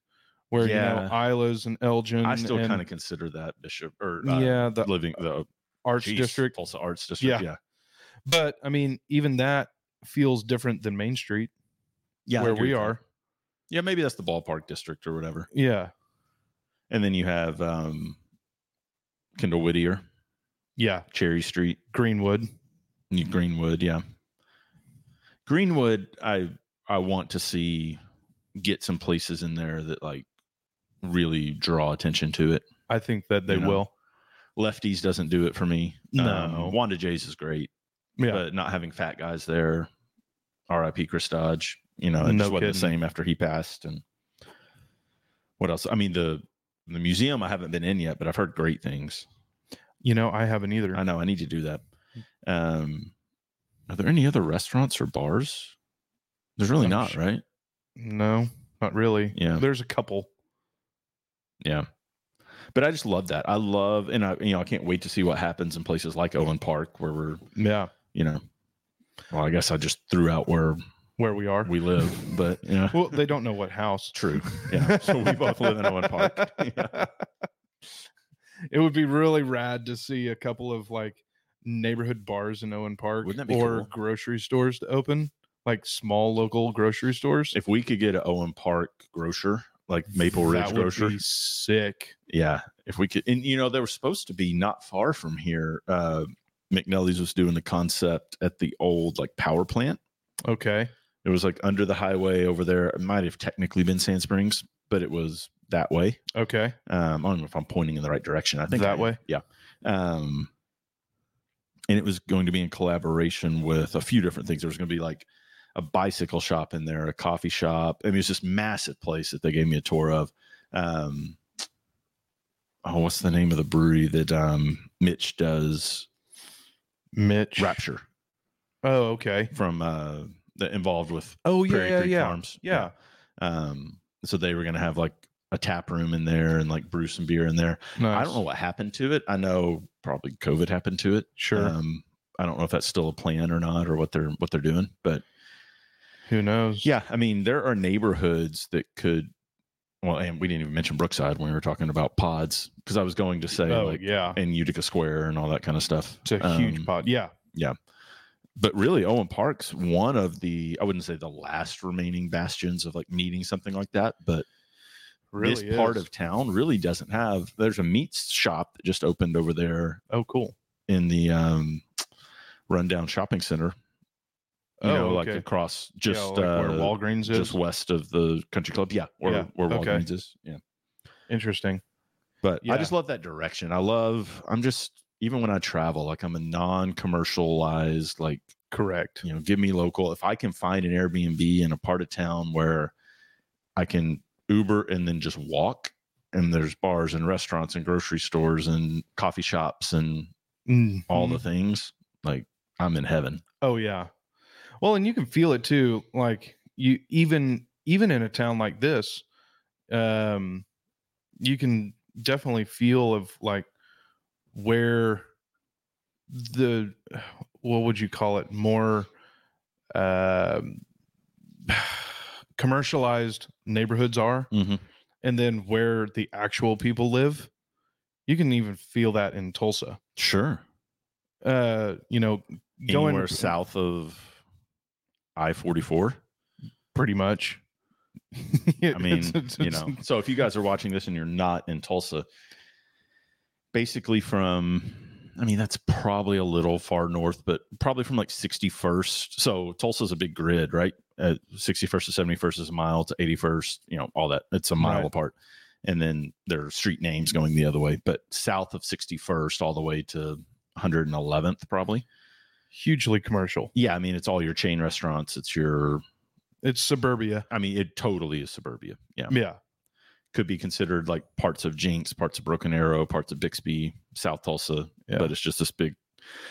where you Yeah. know Isla's and Elgin. I still and- kind of consider that Bishop or uh, yeah the living the arts geez, district. Tulsa Arts District. Yeah, But I mean, even that feels different than Main Street yeah, I where agree we with that. are. Yeah, maybe that's the ballpark district or whatever. Yeah, And then you have um, Kendall Whittier, yeah, Cherry Street. Greenwood. Yeah, Greenwood, yeah. Greenwood, I I want to see get some places in there that like really draw attention to it. I think that they You know, will. Lefties doesn't do it for me. Um, No. Wanda Jays is great, Yeah, but not having fat guys there. R.I.P. Chris Dodge. You know, it No just wasn't the kidding. same after he passed. And what else? I mean the the museum I haven't been in yet, but I've heard great things. you know I haven't either. I know I need to do that. Um, are there any other restaurants or bars? There's really I'm not, sure- right? no, not really. Yeah. there's a couple. Yeah. But I just love that. I love, and I, you know, I can't wait to see what happens in places like Owen Park, where we're, Yeah, you know, well, I guess I just threw out where where we are. we [laughs] live, but yeah, well, they don't know what house. true. Yeah. [laughs] So we both live in Owen Park. [laughs] Yeah. It would be really rad to see a couple of like neighborhood bars in Owen Park Wouldn't that be or cool? grocery stores to open, like small local grocery stores. If we could get an Owen Park grocer, like Maple Ridge That would grocer, be sick. yeah if we could and you know they were supposed to be not far from here uh mcnelly's was doing the concept at the old like power plant Okay. it was like under the highway over there it might have technically been sand springs but it was that way Okay. um i don't know if i'm pointing in the right direction i think That I am. way? yeah um and it was going to be in collaboration with a few different things there was going to be like a bicycle shop in there a coffee shop i mean it's this massive place that they gave me a tour of um oh what's the name of the brewery that um mitch does Mitch. rapture Oh, okay. from uh that involved with Oh, Prairie yeah, yeah, Creek yeah. Farms. Yeah. um so they were going to have like a tap room in there and like brew some beer in there i don't know what happened to it i know probably covid happened to it Sure. um i don't know if that's still a plan or not or what they're what they're doing but Who knows? yeah i mean there are neighborhoods that could well and we didn't even mention brookside when we were talking about pods because i was going to say Oh, like yeah. in utica square and all that kind of stuff It's a huge Um, pot. Yeah. but really owen park's one of the i wouldn't say the last remaining bastions of like needing something like that but Really. this part is. of town really doesn't have there's a meat shop that just opened over there Oh, cool. in the um rundown shopping center you Oh, know like okay. across Yeah, just like where uh, Walgreens is. just west of the country club yeah where, Yeah, where okay. walgreens is yeah Interesting. but Yeah. i just love that direction i love i'm just even when i travel like i'm a non-commercialized like Correct. you know give me local if i can find an airbnb in a part of town where i can uber and then just walk and there's bars and restaurants and grocery stores and coffee shops and all Mhm. the things like i'm in heaven Oh yeah. Well, and you can feel it too. Like you even even in a town like this, um you can definitely feel of like where the what would you call it more um [sighs] commercialized neighborhoods are Mm-hmm. and then where the actual people live you can even feel that in tulsa sure uh you know going going Anywhere south of [laughs] i-44 [laughs] pretty much. I mean, you know. So if you guys are watching this and you're not in Tulsa, basically from I mean, that's probably a little far north, but probably from like 61st. So Tulsa's a big grid, right? Uh, 61st to 71st is a mile to 81st, you know, all that. It's a mile Right. apart. And then there are street names going the other way, but south of 61st all the way to 111th, probably. hugely commercial. Yeah. I mean, it's all your chain restaurants. It's your, It's suburbia. I mean, it totally is suburbia. Yeah. Yeah, could be considered like parts of Jinx, parts of Broken Arrow, parts of Bixby, South Tulsa, Yeah. but it's just this big.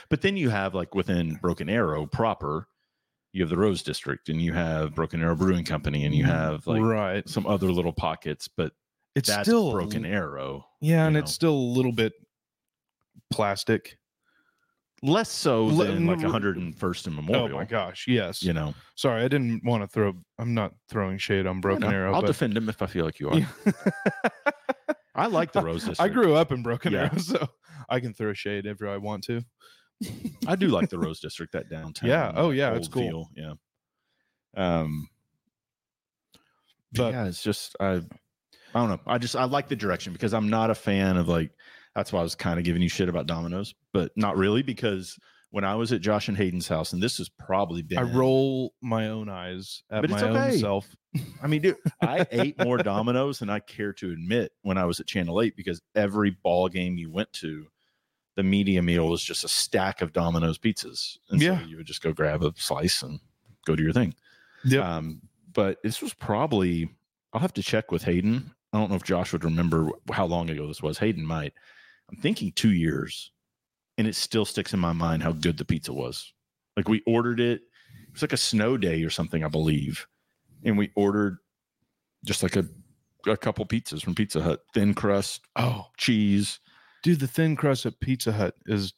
But then you have like within Broken Arrow proper, you have the Rose District and you have Broken Arrow Brewing Company and you have like Mm, right. some other little pockets, but It's that's still Broken Arrow. Yeah, and you it's know. still a little bit plastic. Less so Le- than like no, 101st and Oh Memorial. my gosh, yes. You know, Sorry, I didn't want to throw. I'm not throwing shade on Broken You know, Arrow. I'll but defend him if I feel like [laughs] you are. I like the Rose District. I grew up in Broken Yeah. Arrow, [laughs] so I can throw shade everywhere I want to. I do like the Rose District, that downtown. Yeah. Oh, that yeah, it's old cool. feel, Yeah. Um, but But- yeah, it's just I, I don't know. I just I like the direction because I'm not a fan of like. That's why I was kind of giving you shit about Domino's, but not really because when I was at Josh and Hayden's house, and this has probably been I roll my own eyes at But my it's own okay. self. I mean, dude, [laughs] I ate more Domino's than I care to admit when I was at Channel Eight because every ball game you went to, the media meal was just a stack of Domino's pizzas, and Yeah. so you would just go grab a slice and go do your thing. [laughs] Yep. Um, but this was probably I'll have to check with Hayden. I don't know if Josh would remember wh- how long ago this was. Hayden might. I'm thinking two years, and it still sticks in my mind how good the pizza was. Like we ordered it. It was like a snow day or something, I believe, and we ordered just like a a couple pizzas from Pizza Hut, thin crust, Oh, cheese. dude, the thin crust at Pizza Hut is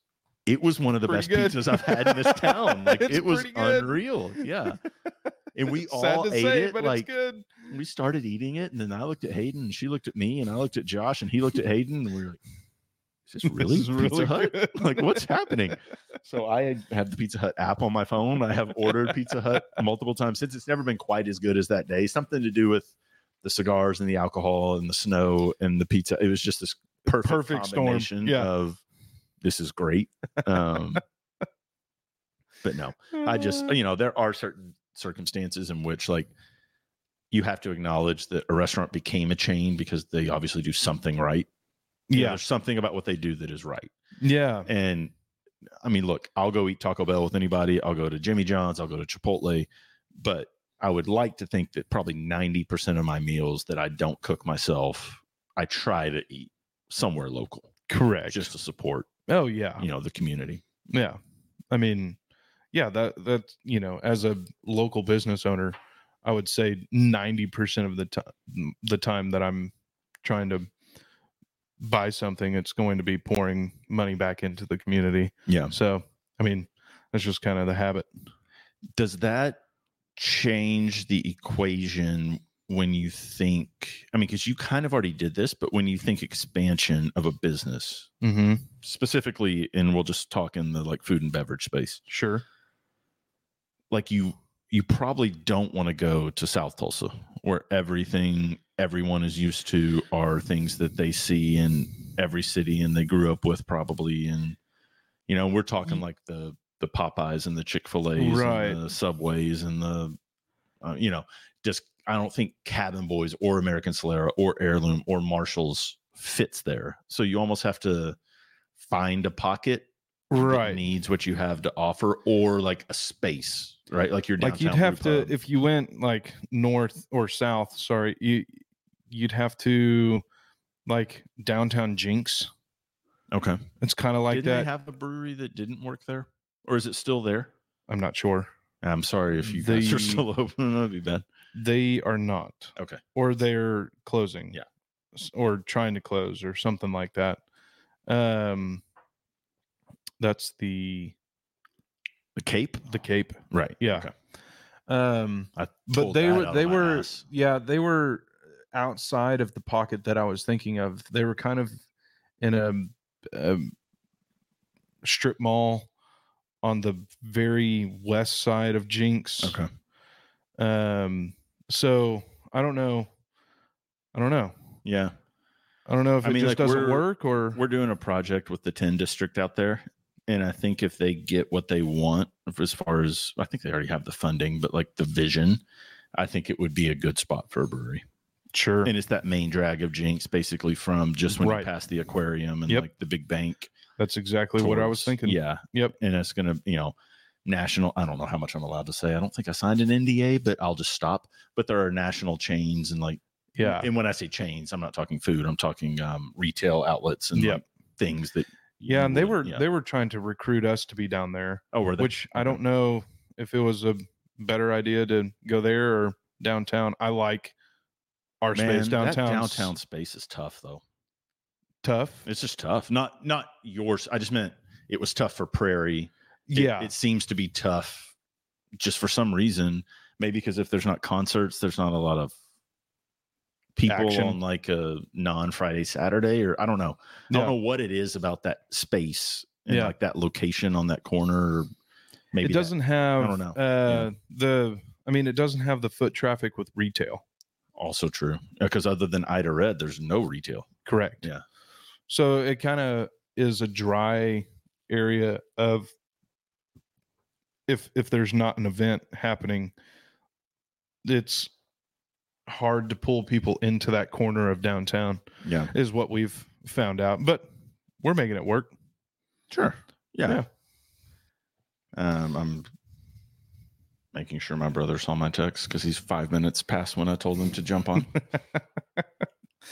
It was one of the Pretty best good. pizzas I've had in [laughs] this town. Like It's it was pretty good. unreal. Yeah. And we [laughs] sad all to ate say, it but like it's good. we started eating it, and then I looked at Hayden, and she looked at me, and I looked at Josh, and he looked at Hayden, and we were like, "Is [laughs] this really [laughs] This is Pizza Hut? good. [laughs] Like, what's [laughs] happening?" So I have the Pizza Hut app on my phone. I have ordered Pizza Hut multiple times since. It's never been quite as good as that day. Something to do with the cigars and the alcohol and the snow and the pizza. It was just this perfect, Perfect storm. combination Yeah. of this is great. [laughs] Um, but no, I just you know there are certain circumstances in which like you have to acknowledge that a restaurant became a chain because they obviously do something right. You know, yeah, there's something about what they do that is right. yeah, And I mean, look, I'll go eat Taco Bell with anybody. I'll go to Jimmy John's. I'll go to Chipotle. But I would like to think that probably 90% of my meals that I don't cook myself, I try to eat somewhere local correct. just to support, oh yeah, you know, the community. yeah. I mean, yeah, that that you know, as a local business owner, I would say ninety percent of the time the time that I'm trying to buy something, it's going to be pouring money back into the community. Yeah. So, I mean, that's just kind of the habit. does that change the equation when you think i mean because you kind of already did this but when you think expansion of a business Mm-hmm. specifically and we'll just talk in the like food and beverage space Sure. like you you probably don't want to go to south tulsa where everything everyone is used to are things that they see in every city and they grew up with probably and you know we're talking like the the popeyes and the chick-fil-a's Right. and the subways and the uh, you know just i don't think cabin boys or american solera or heirloom or marshalls fits there so you almost have to find a pocket that Right. needs what you have to offer or like a space right like your downtown like you'd have brew to pub. if you went like north or south sorry you you'd have to like downtown jinx okay it's kind of like didn't that they have a brewery that didn't work there or is it still there i'm not sure i'm sorry if you guys The- are still [laughs] open that'd be bad they are not Okay. or they're closing Yeah. S- or trying to close or something like that um that's the the cape the cape right yeah Okay. um I but pulled they that were out of they my were ass. yeah they were outside of the pocket that i was thinking of they were kind of in a, um strip mall on the very west side of jinx okay um so i don't know i don't know yeah i don't know if I it mean, just like, doesn't we're- work or we're doing a project with the 10 district out there and i think if they get what they want as far as i think they already have the funding but like the vision i think it would be a good spot for a brewery sure and it's that main drag of jinx basically from just when Right. you pass the aquarium and Yep. like the big bank that's exactly what i was towards- thinking yeah Yep. and it's gonna you know national i don't know how much i'm allowed to say i don't think i signed an nda but i'll just stop but there are national chains and like yeah and when i say chains i'm not talking food i'm talking um retail outlets and Yep. like, things that yeah you and they were wouldn't- yeah. they were trying to recruit us to be down there oh were they? which I Okay. don't know if it was a better idea to go there or downtown. I like our space Man, downtown. That downtown space is tough though. tough. It's just tough. Not not yours. I just meant it was tough for Prairie. It- yeah. It, seems to be tough just for some reason. Maybe because if there's not concerts, there's not a lot of people Action. on like a non Friday, Saturday, or I don't know. I Yeah. don't know what it is about that space and Yeah. like that location on that corner. Or maybe it that- doesn't have don't know. uh the I mean it doesn't have the foot traffic with retail. also true because other than Ida Red, there's no retail. Correct. Yeah. So it kind of is a dry area of if if there's not an event happening, it's hard to pull people into that corner of downtown Yeah, is what we've found out. But we're making it work. sure. Yeah. Um, I'm making sure my brother saw my text because he's five minutes past when I told him to jump on. [laughs]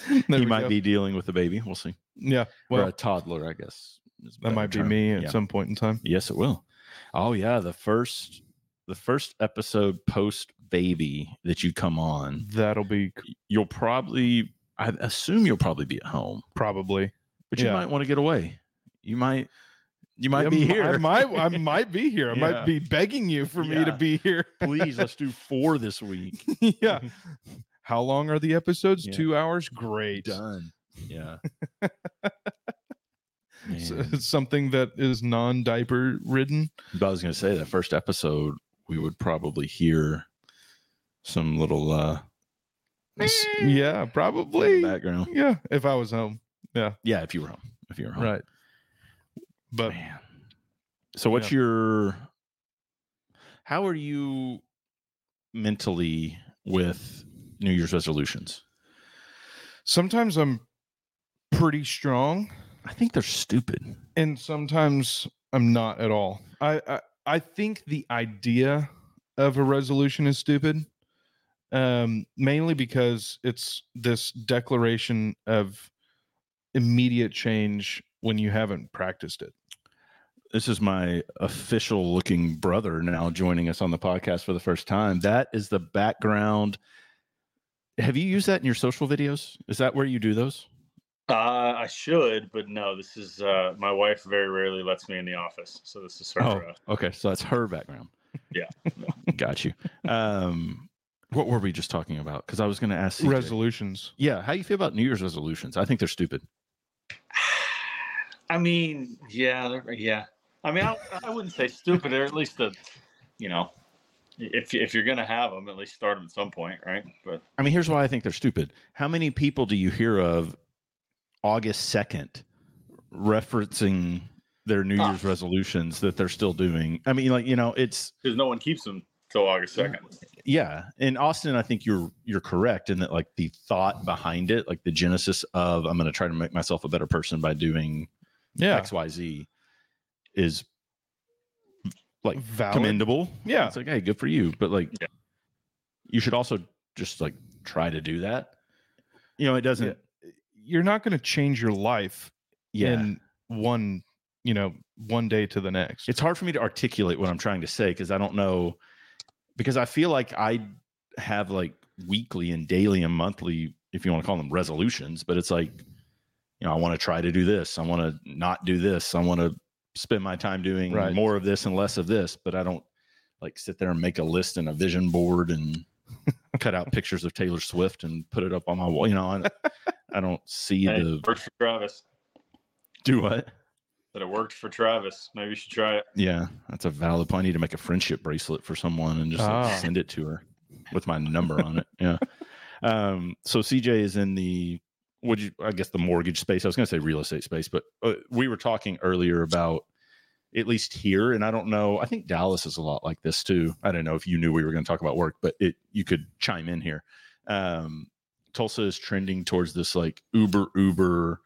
There he we might go. be dealing with a baby. We'll see. Yeah. Well, Well, or a toddler, I guess. is a that better might be term. me at Yeah. some point in time. Yes, it will. Oh yeah, the first the first episode post baby that you come on, That'll be c- you'll probably I assume you'll probably be at home, probably. but you Yeah. might want to get away. You might you might Yeah, be m- here. I might I might be here. I Yeah. might be begging you for me to Yeah. be here. [laughs] [laughs] Please, let's do four this week. yeah. How long are the episodes? Mm-hmm. Yeah. Two hours? [laughs] Great. Done. Yeah. S- Man. [laughs] something that is non diaper ridden. But I was going to say that first episode, we would probably hear some little uh S- in the Yeah, probably. background. Yeah, if I was home. Yeah, if you were home, if you were home, Right. But Man. So what's your? How are you mentally with New Year's resolutions? sometimes I'm pretty strong I think they're stupid. and sometimes I'm not at all. I I, I think the idea of a resolution is stupid. Um, mainly because it's this declaration of immediate change when you haven't practiced it. This is my official looking brother now joining us on the podcast for the first time. That is the background. Have you used that in your social videos? Is that where you do those? Uh, I should, but no. This is uh, my wife. Very rarely lets me in the office, so this is her. Oh. draft. Okay, so that's her background. Yeah. [laughs] got you. Um, what were we just talking about? Because I was going to ask. CJ. Resolutions. Yeah, how you feel about New Year's resolutions? I think they're stupid. [sighs] I mean, yeah, they're- yeah. I mean, I, I wouldn't say stupid, or at least the, you know, if if you're gonna have them, at least start them at some point, right? But I mean, here's why I think they're stupid. How many people do you hear of August 2nd referencing their New Ah. Year's resolutions that they're still doing? I mean, like, you know, it's because no one keeps them till August Yeah. second. yeah. In Austin, I think you're you're correct in that like the thought behind it, like the genesis of I'm gonna try to make myself a better person by doing Yeah. XYZ is like Valid. commendable. Yeah. It's like, hey, good for you. But like Yeah. you should also just like try to do that. You know, it doesn't You're not going to change your life yeah. in one, you know, one day to the next. it's hard for me to articulate what I'm trying to say because I don't know because I feel like I have like weekly and daily and monthly, if you want to call them resolutions, but it's like, you know, I want to try to do this. I want to not do this. I want to spend my time doing Right. more of this and less of this, but I don't like sit there and make a list and a vision board and cut out pictures of Taylor Swift and put it up on my wall. You know, I, I don't see Hey, the works for Travis. do what? That it worked for Travis. Maybe you should try it. Yeah, that's a valid point. I need to make a friendship bracelet for someone and just like, Ah. send it to her with my number on it. Yeah. Um, so CJ is in the would you I guess the mortgage space. I was going to say real estate space, but uh, we were talking earlier about at least here and I don't know. I think Dallas is a lot like this too. I don't know if you knew we were going to talk about work, but it you could chime in here. Um Tulsa is trending towards this like uber uber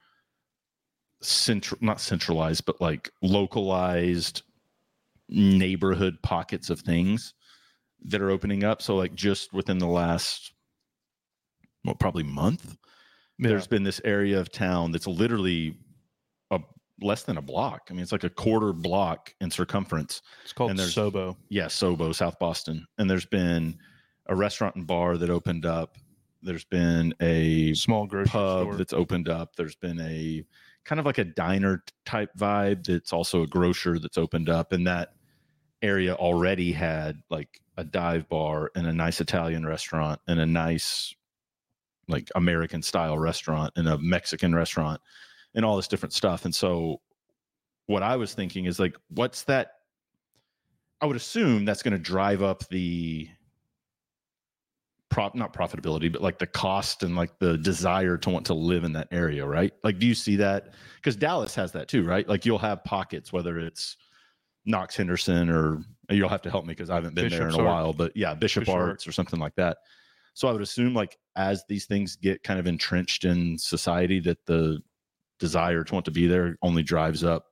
central not centralized but like localized neighborhood pockets of things that are opening up so like just within the last well probably month Yeah. there's been this area of town that's literally a less than a block i mean it's like a quarter block in circumference it's called and there's- Sobo. yeah, Sobo, South Boston. And there's been a restaurant and bar that opened up There's been a Small grocery pub store. that's opened up. There's been a kind of like a diner type vibe that's also a grocer that's opened up. And that area already had like a dive bar and a nice Italian restaurant and a nice like American style restaurant and a Mexican restaurant and all this different stuff. And so what I was thinking is like, what's that? I would assume that's going to drive up the prop not profitability but like the cost and like the desire to want to live in that area right like do you see that because dallas has that too right like you'll have pockets whether it's knox henderson or you'll have to help me because i haven't been there in Bishop's a Arch. while but yeah bishop Bishop Arch. arts or something like that so i would assume like as these things get kind of entrenched in society that the desire to want to be there only drives up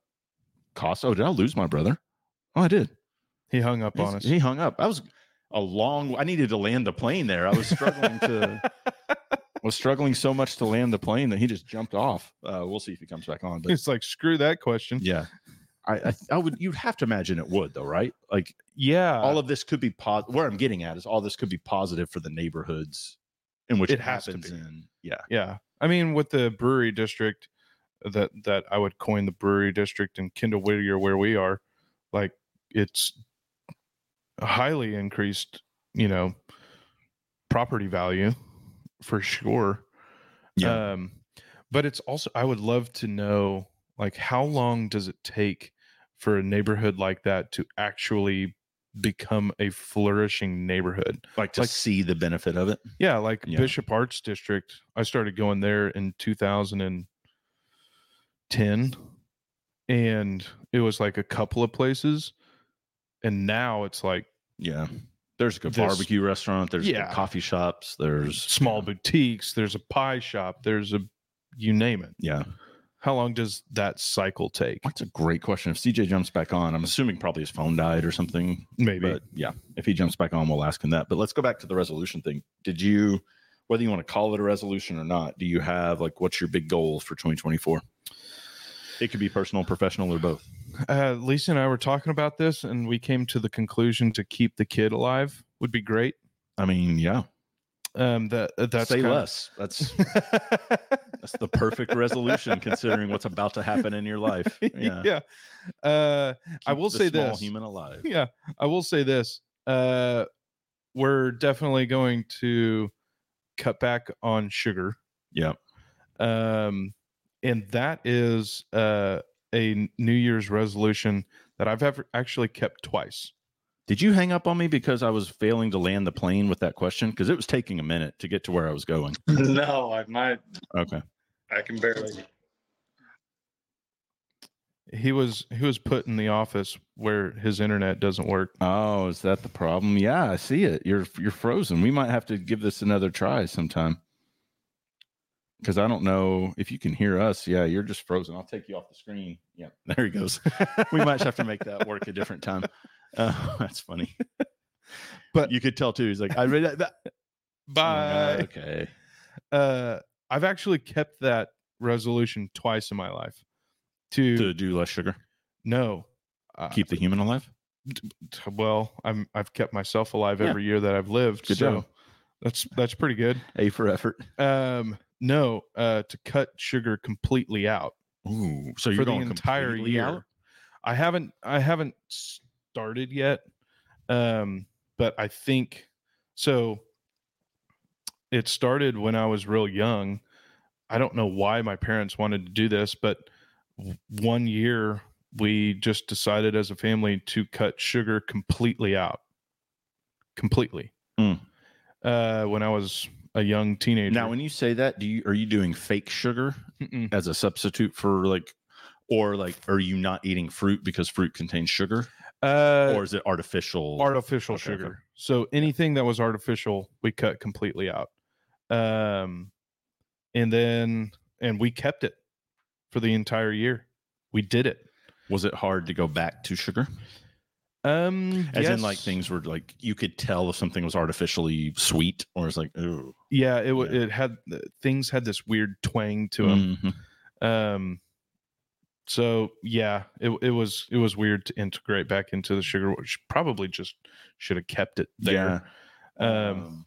cost oh did i lose my brother oh i did He hung up He's- on us. He hung up. I was a long. I needed to land the plane there. I was struggling to was struggling so much to land the plane that he just jumped off. Uh, we'll see if he comes back on. But [laughs] it's like screw that question. yeah, I, I I would. You'd have to imagine it would though, right? Like Yeah, all of this could be positive. Where I'm getting at is all this could be positive for the neighborhoods in which It it, has to happens be. in. Yeah, yeah. I mean, with the brewery district, that that I would coin the brewery district in Kendall Whittier, where we are, like it's highly increased, you know, property value for sure. Yeah. Um, but it's also I would love to know like how long does it take for a neighborhood like that to actually become a flourishing neighborhood? like to Like- see the benefit of it. Yeah, like Yeah. Bishop Arts District. I started going there in 2010 and it was like a couple of places and now it's like Yeah. There's a good There's- barbecue restaurant. There's good Yeah. coffee shops. There's small boutiques, there's a pie shop, there's a you name it. Yeah. How long does that cycle take? That's a great question. If CJ jumps back on, I'm assuming probably his phone died or something. Maybe. But yeah, if he jumps back on, we'll ask him that. But let's go back to the resolution thing. Did you, whether you want to call it a resolution or not, do you have like what's your big goal for 2024? It could be personal, professional, or both. uh, Lisa and I were talking about this and we came to the conclusion to keep the kid alive would be great. I mean, yeah. Um that that's say kinda- less. That's [laughs] that's the perfect resolution considering what's about to happen in your life. Yeah. [laughs] yeah. Uh I Keep will the say small this. human alive. yeah i will say this uh we're definitely going to cut back on sugar Yeah. um and that is uh a new year's resolution that i've ever actually kept twice Did you hang up on me because I was failing to land the plane with that question? Because it was taking a minute to get to where I was going. [laughs] no, I my Okay. I can barely. he was he was put in the office where his internet doesn't work Oh, is that the problem? Yeah, I see it. You're you're frozen. We might have to give this another try sometime. Because I don't know if you can hear us. Yeah, you're just frozen. I'll take you off the screen. Yeah, [laughs] there he goes. we might just have to make that work a different time. [laughs] Uh, that's funny. [laughs] But But- you could tell too. He's like, [laughs] I read that. that- Oh bye okay. uh i've actually kept that resolution twice in my life to, To do less sugar, no uh, keep the human alive. t- well i'm i've kept myself alive Yeah. every year that i've lived Good so job. that's that's pretty good A for effort. um no uh to cut sugar completely out Ooh, so for the entire completely year out? i haven't i haven't started yet um but i think so it started when i was real young i don't know why my parents wanted to do this but w- one year we just decided as a family to cut sugar completely out completely Mm. uh when i was a young teenager Now, when you say that, do you are you doing fake sugar Mm-mm. as a substitute for like, or like, are you not eating fruit because fruit contains sugar, uh or is it artificial? artificial Okay, okay. sugar. So anything that was artificial, we cut completely out. Um, and then and we kept it for the entire year. We did it. was it hard to go back to sugar? Um, As in, like yes. things were like you could tell if something was artificially sweet, or it's like, ooh, Yeah, it wa- Yeah. it had uh, things had this weird twang to them. mhm. Um, so yeah, it it was it was weird to integrate back into the sugar. Which Um, probably just should have kept it there. yeah. Um,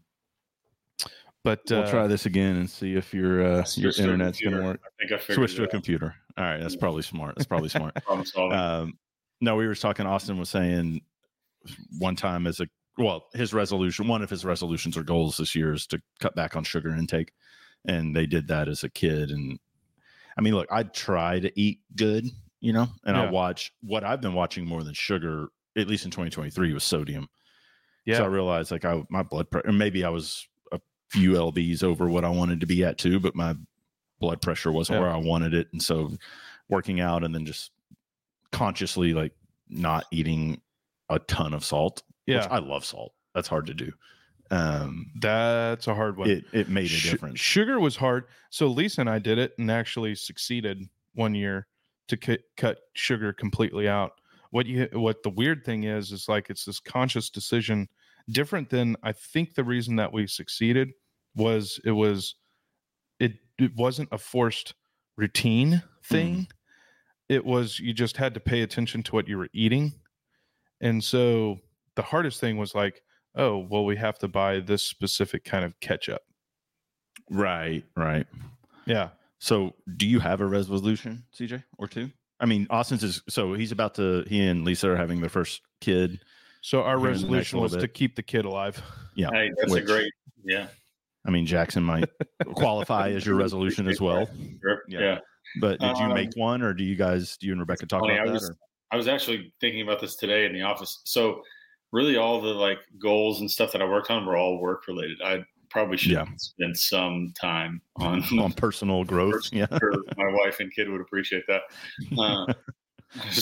But Um, we'll uh, try this again and see if your uh, Switch your to a internet's gonna computer. work. I think I figured Switch to a it out. computer. All right, that's probably smart. That's probably smart. Problem solving. um, no, we were talking. Austin was saying one time as a well, his resolution, one of his resolutions or goals this year is to cut back on sugar intake, and they did that as a kid. And I mean, look, I try to eat good, you know, and I Yeah. watch what I've been watching more than sugar, at least in 2023, was sodium. yeah, So I realized like I my blood pressure, maybe I was a few lbs over what I wanted to be at too, but my blood pressure wasn't Yeah. where I wanted it, and so working out and then just consciously like not eating a ton of salt. which yeah, I love salt. That's hard to do. Um, that's a hard one. it it made a Su- difference. Sugar was hard. So Lisa and I did it and actually succeeded one year to cu- cut sugar completely out. What you what the weird thing is is like it's this conscious decision different than I think the reason that we succeeded was it was it it wasn't a forced routine thing. Mm-hmm. It was you just had to pay attention to what you were eating. And so the hardest thing was like, oh, well we have to buy this specific kind of ketchup. right, right. Yeah. So, do you have a resolution, CJ, or two? I mean, Austin's is so he's about to. He and Lisa are having their first kid. So our Here in the next resolution little was to bit. keep the kid alive. [laughs] hey, that's which- a great. Yeah. I mean, Jackson [laughs] might qualify as your resolution as well. sure, Yeah. Yeah. But did you Um, make one, or do you guys, do you and Rebecca talk funny, about I that? was- or- I was actually thinking about this today in the office. So, really, all the like goals and stuff that I worked on were all work related. I probably should Yeah. spend some [laughs] time [laughs] on on personal growth? [laughs] Yeah. sure my wife and kid would appreciate [laughs] that. Uh,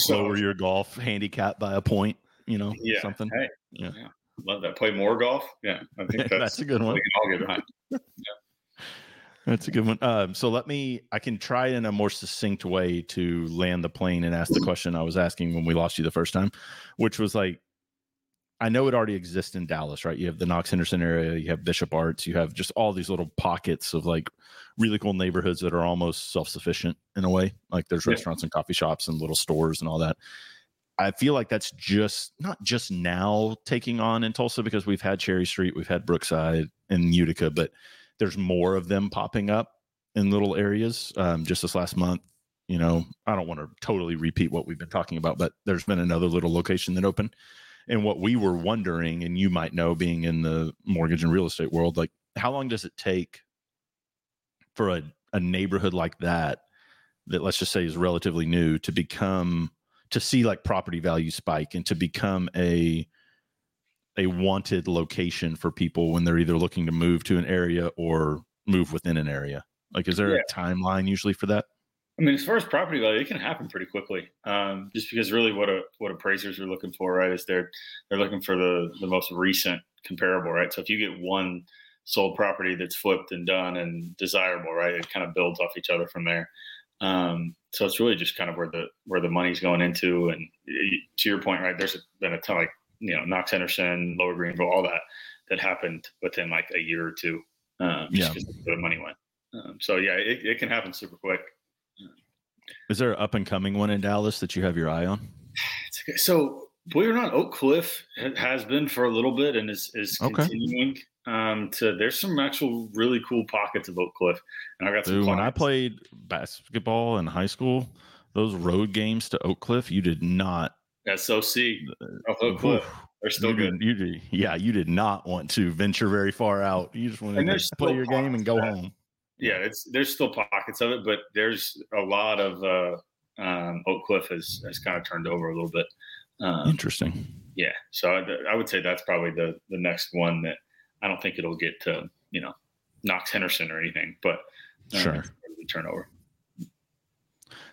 Lower your golf handicap by a point, you know, Yeah. something. Hey, Yeah. yeah. Love that. Play more golf. Yeah. I think [laughs] That's, that's, a good we one. can all get behind. That's a good one. Um, so let me, I can try in a more succinct way to land the plane and ask the question I was asking when we lost you the first time, which was like, I know it already exists in Dallas, right? You have the Knox Henderson area, you have Bishop Arts, you have just all these little pockets of like really cool neighborhoods that are almost self sufficient in a way. Like there's Yeah. restaurants and coffee shops and little stores and all that. I feel like that's just not just now taking on in Tulsa because we've had Cherry Street, we've had Brookside and Utica, but there's more of them popping up in little areas. Um, just this last month, you know, I don't want to totally repeat what we've been talking about, but there's been another little location that opened. And what we were wondering, and you might know being in the mortgage and real estate world, like how long does it take for a, a neighborhood like that, that let's just say is relatively new, to become, to see like property value spike and to become a, a wanted location for people when they're either looking to move to an area or move within an area? Like, is there Yeah. a timeline usually for that? I mean, as far as property value, it can happen pretty quickly. Um, just because really what a, what appraisers are looking for, right, is they're they're looking for the the most recent comparable, right? So if you get one sold property that's flipped and done and desirable, right, it kind of builds off each other from there. Um, so it's really just kind of where the where the money's going into, and y- to your point, right, there's been a ton like you know Knox Henderson, Lower Greenville, all that that happened within like a year or two, um, just Yeah. because the money went. Um, so yeah, it, it can happen super quick. Is there an up and coming one in Dallas that you have your eye on? It's okay. So believe it or not, Oak Cliff ha- has been for a little bit and is is Okay. continuing um, to. There's some actual really cool pockets of Oak Cliff, and I got some. Dude, when I clients- played basketball in high school, those road games to Oak Cliff, you did not. SOC, South Oak Cliff, Uh, Oof, they're still you good. did- you did- yeah, you did not want to venture very far out. You just wanted And to there's play still your game and pockets go that- home. Yeah, it's there's still pockets of it, but there's a lot of uh, um, Oak Cliff has has kind of turned over a little bit. Um, Interesting. yeah, so I, I would say that's probably the the next one that I don't think it'll get to you know Knox Henderson or anything, but um, Sure. it's really turnover.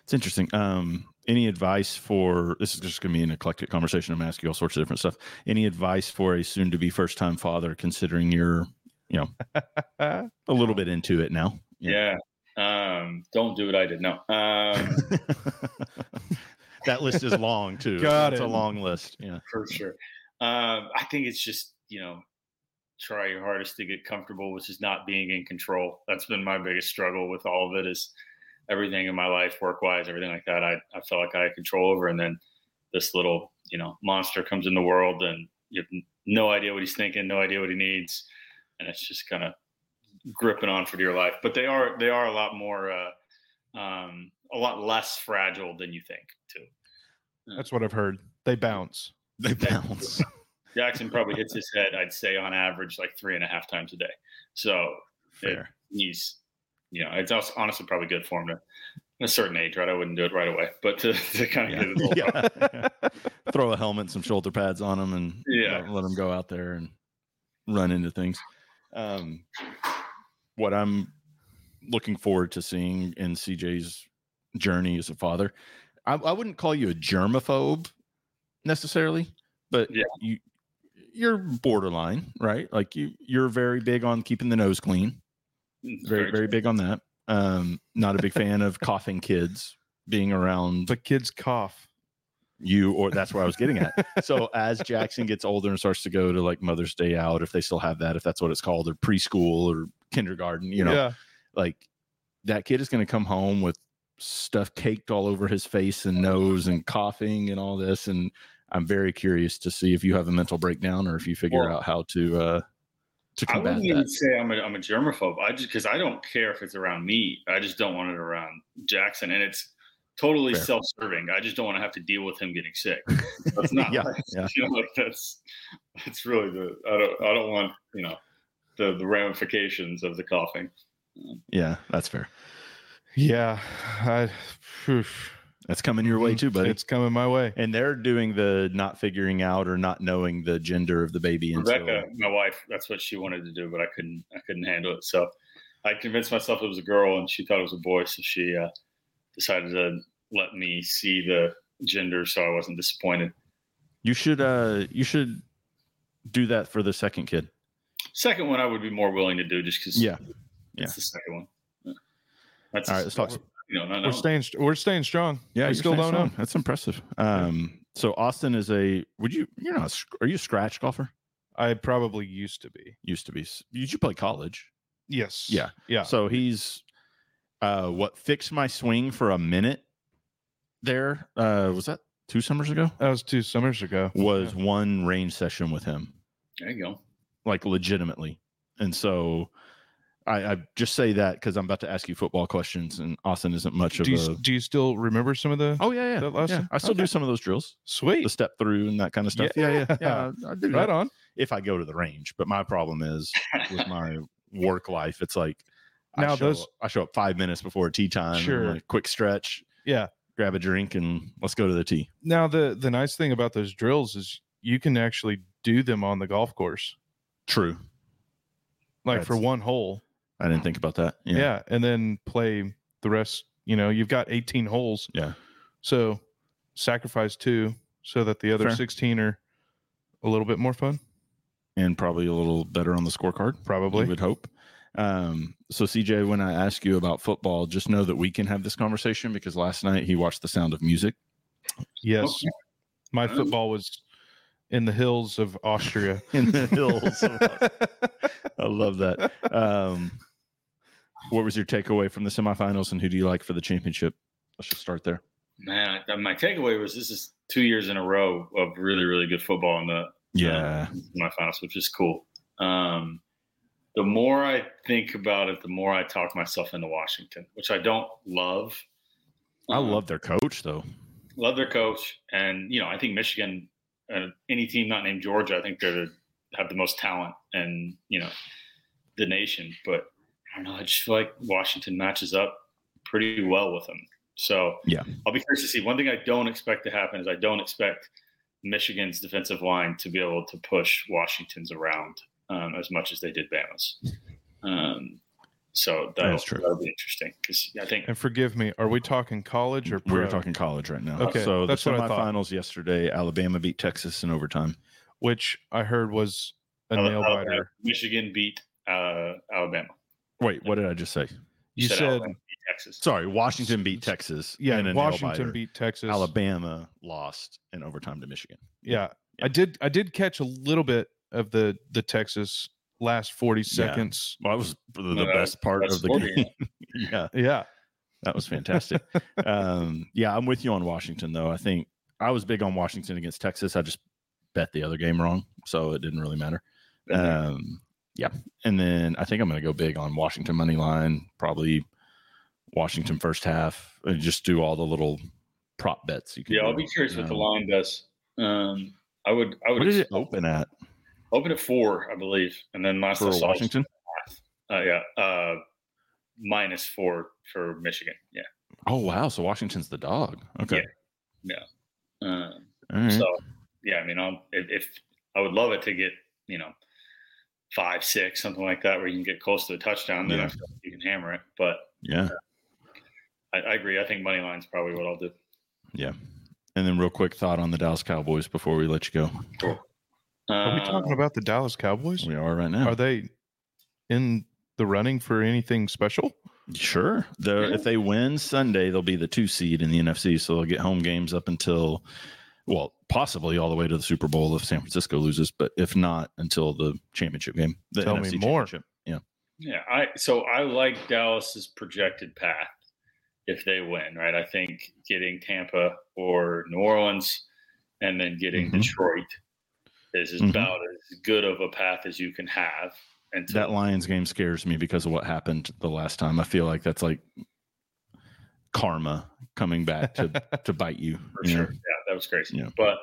It's interesting. Um, any advice for this is just going to be an eclectic conversation. I'm going to ask you all sorts of different stuff. Any advice for a soon to be first time father, considering you're Uh, a little bit into it now? Yeah. Um, don't do what I did. No. Uh, [laughs] Um, that list is long too. Got it's it. a long list. Yeah. for sure. Um, I think it's just, you know, try your hardest to get comfortable, which is not being in control. That's been my biggest struggle with all of it is everything in my life, work wise, everything like that. I, I felt like I had control over. And then this little, you know, monster comes in the world and you have no idea what he's thinking, no idea what he needs. And it's just kind of gripping on for dear life. But they are they are a lot more uh, um, a lot less fragile than you think too. That's what I've heard. [laughs] They bounce. They bounce. Jackson probably hits his head, I'd say on average like three and a half times a day. So Fair. he's you know it's also honestly probably good for him to a certain age, right? I wouldn't do it right away, but to, [laughs] to kind of [laughs] Yeah. get it all Yeah. Throw a helmet, some shoulder pads on them, and Yeah. let, let them go out there and run into things. Um, what I'm looking forward to seeing in CJ's journey as a father, I, I wouldn't call you a germaphobe necessarily, but Yeah. you you're borderline, right? Like you you're very big on keeping the nose clean very very big on that um not a big fan [laughs] of coughing kids being around The kids cough. you or that's where i was getting at [laughs] so as jackson gets older and starts to go to like mother's day out if they still have that if that's what it's called or preschool or kindergarten you know yeah. like that kid is going to come home with stuff caked all over his face and nose and coughing and all this and i'm very curious to see if you have a mental breakdown or if you figure Well, out how to uh to I combat wouldn't that even say I'm a, I'm a germaphobe. I just because I don't care if it's around me. I just don't want it around Jackson, and it's totally Fair. self-serving. I just don't want to have to deal with him getting sick. [laughs] That's not Yeah, like, yeah. [laughs] you know, like that's that's really the I don't I don't want you know the the ramifications of the coughing. yeah that's fair Yeah. I, phew. that's coming your Mm-hmm. way too buddy It's coming my way. And they're doing the not figuring out or not knowing the gender of the baby. until- Rebecca, my wife, that's what she wanted to do, but I couldn't I couldn't handle it. So I convinced myself it was a girl, and she thought it was a boy, so she uh, decided to let me see the gender so I wasn't disappointed. you should uh you should do that for the second kid. Second one, I would be more willing to do just because. Yeah. Yeah. It's the second one. Yeah. That's All right, let's talk. You know, not We're staying. st- We're staying strong. Yeah, we you still don't know. That's impressive. Um, so Austin is a. Would you? You're not. a sc- Are you a scratch golfer? I probably used to be. Used to be. S- Did you play college? Yes. Yeah. Yeah. So he's uh what fixed my swing for a minute. There uh was that two summers ago. that was two summers ago. Was one range session with him. there you go. like legitimately. And so I, I just say that because I'm about to ask you football questions, and Austin isn't much of Do you, a. s- do you still remember some of the? Oh yeah, yeah, that last yeah. one? I still do Okay. some of those drills, the sweet. step through and that kind of stuff. Yeah, [laughs] yeah, yeah. I, I do Right that on. if I go to the range. But my problem is with my work life. It's like I Now show, those- I show up five minutes before tea time. and Sure. like, quick stretch. Yeah. Grab a drink and let's go to the tee. Now the the nice thing about those drills is you can actually do them on the golf course, True. like for That's- one hole. I didn't think about that. Yeah. Yeah. and then play the rest. You know, you've got 18 holes. Yeah. So sacrifice two so that the other Fair. 16 are a little bit more fun. And probably a little better on the scorecard. Probably. we would hope. Um, so CJ, when I ask you about football, just know that we can have this conversation because last night he watched The Sound of Music. Yes. Okay. My Oh. football was in the hills of Austria. In the hills. I love that. Um, what was your takeaway from the semifinals, and who do you like for the championship? Let's just start there. [laughs] Man, I- my takeaway was this is two years in a row of really, really good football in the my finals, which is cool. Um, the more I think about it, the more I talk myself into Washington, which I don't love. I Um, love their coach though. love their coach, and you know I think Michigan, uh, any team not named Georgia, I think they're the, have the most talent and you know the nation. But I don't know, I just feel like Washington matches up pretty well with them. So Yeah. I'll be curious to see. One thing I don't expect to happen is I don't expect Michigan's defensive line to be able to push Washington's around um, as much as they did Bama's. Um, so That that'll, is true. that'll be interesting because I think and forgive me, are we talking college or pro? We're talking college right now. Okay, so that's the what I thought. semifinals yesterday, Alabama beat Texas in overtime. which I heard was a Al- nail Alabama- biter. Michigan beat uh, Alabama. Wait, what did I just say? You said, Alabama beat Texas. Sorry, Washington beat Texas. in yeah, a nail-biter. Washington beat Texas. Alabama lost in overtime to Michigan. Yeah. I did I did catch a little bit of the the Texas last 40 seconds. Well, that was the, the No, that- best part that's of the sporting. [laughs] game. yeah, Yeah. that was [laughs] fantastic. um, yeah, I'm with you on Washington though. I think I was big on Washington against Texas. I just bet the other game wrong, so it didn't really matter. Um, Yeah. And then I think I'm going to go big on Washington money line, probably Washington first half, and just do all the little prop bets. You Yeah, I'll do. be curious what the Um, line does. Um, I would, I would What is it open at open at four, I believe, and then last for I saw was, Washington? uh, yeah, uh, minus four for Michigan. Yeah, Oh wow, so Washington's the dog. Okay, um, all right. so yeah, I mean, I'll, if, if I would love it to get you know five, six, something like that, where you can get close to the touchdown, then Yeah. I feel like you can hammer it. But yeah, I, I agree. I think money line's probably what I'll do. yeah. And then real quick thought on the Dallas Cowboys before we let you go. Are we talking Uh, about the Dallas Cowboys? Um, We are right now. Are they in the running for anything special? Sure. The, Yeah. If they win Sunday, they'll be the two seed in the NFC. So they'll get home games up until, well, possibly all the way to the Super Bowl if San Francisco loses, but if not, until the championship game. The Tell me more. championship. Yeah, I so I like Dallas's projected path if they win, right? I think getting Tampa or New Orleans and then getting Mhm. Detroit is Mhm. about as good of a path as you can have. And That Lions game scares me because of what happened the last time. I feel like that's like karma coming back to, to bite you. for you know? sure. Yeah, that was crazy. Yeah. But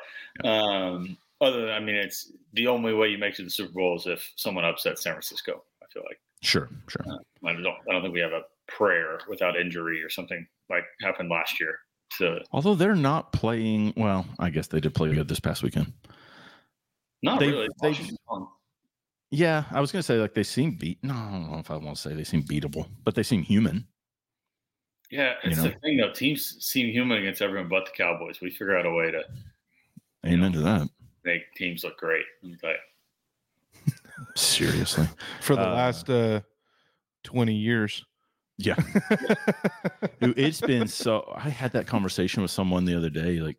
um other than I mean it's the only way you make it to the Super Bowl is if someone upsets San Francisco, I feel like. Sure. Sure. I don't I don't think we have a prayer without injury or something like happened last year to Although they're not playing, well, I guess they did play good this past weekend. not They've- really. they've- Washington's won. Yeah, I was gonna say like they seem beat. No, I don't know if I want to say they seem beatable, but they seem human. Yeah, you it's know? the thing though. Teams seem human against everyone but the Cowboys. We figure out a way to Amen to that. make teams look great. Let me tell you. Seriously. [laughs] For the Uh, last uh, 20 years. Yeah. Dude, it's been so I had that conversation with someone the other day. Like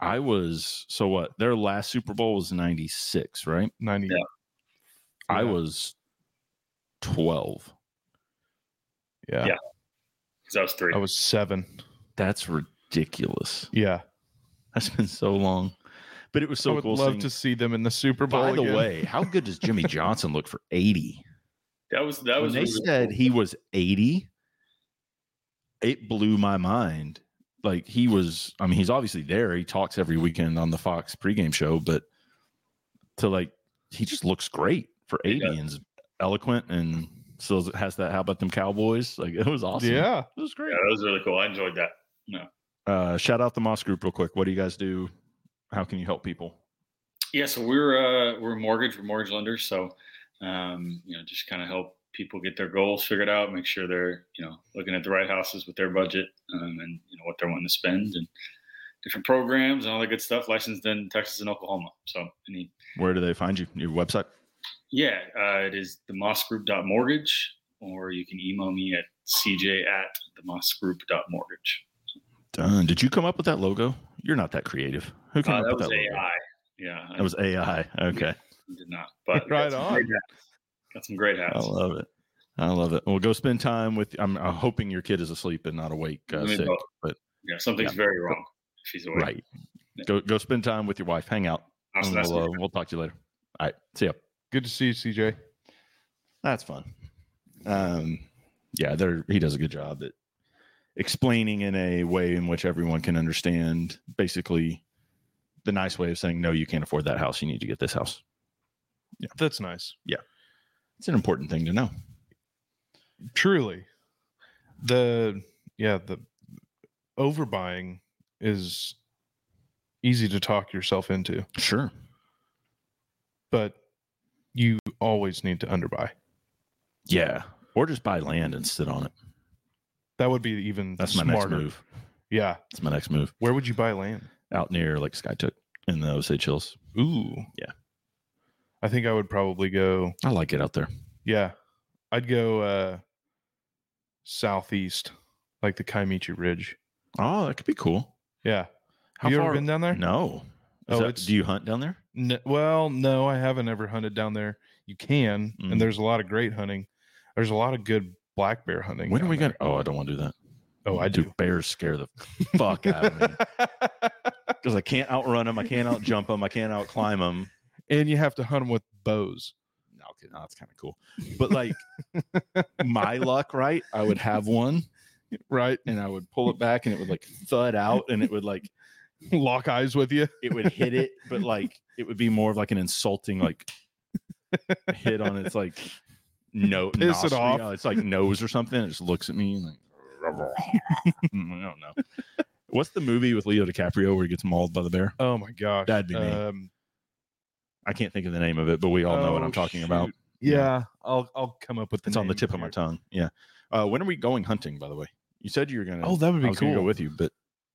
I was so what? Their last Super Bowl was ninety six, right? 90. Yeah. I Yeah. was twelve. Yeah. Yeah. Because I was three. I was seven. That's ridiculous. Yeah. That's been so long. But it was so I would cool. love seeing- to see them in the Super Bowl. by the again. way, how good does Jimmy Johnson look for eighty? that was that when was. they really said cool. he was 80 it blew my mind like he was i mean he's obviously there he talks every weekend on the fox pregame show but to like he just looks great for He 80 and is eloquent and still has that how about them cowboys like [laughs] it was awesome Yeah. it was great Yeah, that was really cool. I enjoyed that. uh shout out the moss group real quick what do you guys do how can you help people Yeah, so we're uh, we're mortgage, we're mortgage lenders. So um, you know, just kind of help people get their goals figured out, make sure they're you know looking at the right houses with their budget um, and you know what they're wanting to spend and different programs and all that good stuff. Licensed in Texas and Oklahoma. So any where do they find you your website Yeah, uh, it is themossgroup.mortgage, or you can email me at cj at themossgroup.mortgage. done did you come up with that logo you're not that creative who came Uh, up that with was that logo? AI. Yeah, I that was ai okay did not. [laughs] But we got Right some on. great hats. Got some great I hats. love it. I love it. Well, go spend time with. I'm, I'm hoping your kid is asleep and not awake, uh, Let me sick. go. But Yeah, something's Yeah. very wrong. If he's awake. right, go go spend time with your wife. Hang out. Awesome, and that's we'll, uh, we'll talk to you later. All right. See ya. Good to see you, CJ. That's fun. Um, yeah, there he does a good job at explaining in a way in which everyone can understand. Basically, the nice way of saying no, you can't afford that house. You need to get this house. That's nice. It's an important thing to know. Truly. The, yeah, the overbuying is easy to talk yourself into, Sure. but you always need to underbuy. Yeah. Or just buy land and sit on it. That would be even That's my smarter. next move. Yeah. That's my next move. Where would you buy land? out near like Skytook in the Osage Hills. Ooh. Yeah. I think I would probably go I like it out there. yeah. I'd go uh southeast, like the Kaimichi Ridge. Oh, that could be cool. Yeah. How Have you far? ever been down there? No. Is Oh, that- it's- do you hunt down there? N- well, no, I haven't ever hunted down there. You can, Mm. and there's a lot of great hunting. There's a lot of good black bear hunting. When are down we there. going? to Oh, I don't want to do that. Oh, I Dude, [laughs] do. Bears scare the fuck out of me [laughs] because I can't outrun them. I can't outjump them. I can't outclimb them. and you have to hunt them with bows. No, it. oh, that's kind of cool. But [laughs] like my luck, right? I would have one Right? and I would pull it back and it would like thud out and it would like [laughs] Lock eyes with you. it would hit it, but like it would be more of like an insulting like hit on its like no Piss it nostri- off. yeah, It's like nose or something. It just looks at me and like [laughs] Mm, I don't know. What's the movie with Leo DiCaprio where he gets mauled by the bear? Oh my gosh. That'd be me. Um, I can't think of the name of it, but we all know what oh, I'm talking about. shoot. Yeah, I'll I'll come up with the It's on the name tip of my here. tongue. Yeah. Uh, when are we going hunting? By the way, you said you were gonna. Oh, that would I be was cool. gonna go with you, but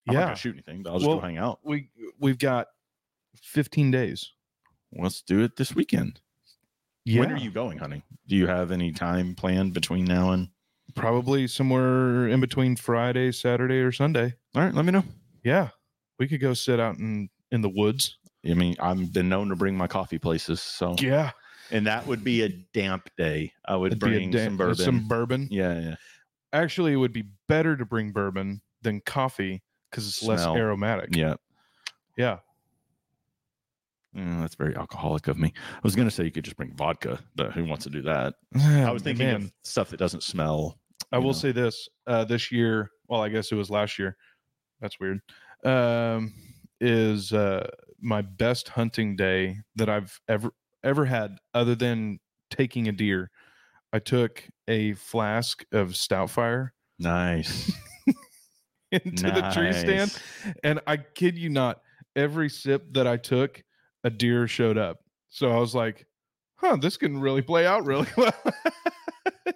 I'm not yeah, gonna shoot anything. But I'll just Well- go hang out. we we've got 15 days. Let's do it this weekend. Yeah, When are you going hunting? Do you have any time planned between now and? probably somewhere in between Friday, Saturday, or Sunday. All right, let me know. Yeah, we could go sit out in in the woods. I mean, I've been known to bring my coffee places, so Yeah, and that would be a damp day. I would it'd be a bring da- uh, some bourbon. Some bourbon. yeah, yeah. Actually, it would be better to bring bourbon than coffee because it's less Smell. aromatic. [sighs] yeah. Yeah. Mm, that's very alcoholic of me. I was gonna say you could just bring vodka, but who wants to do that? I was thinking Oh, Man, of stuff that doesn't smell. I you will know. say this: uh, this year, well, I guess it was last year. That's weird. Um, is uh, my best hunting day that I've ever ever had, other than taking a deer. I took a flask of Stoutfire [laughs] Nice. into the tree stand, Nice. and I kid you not, every sip that I took, a deer showed up. So I was like, "Huh, this can really play out really [laughs] well."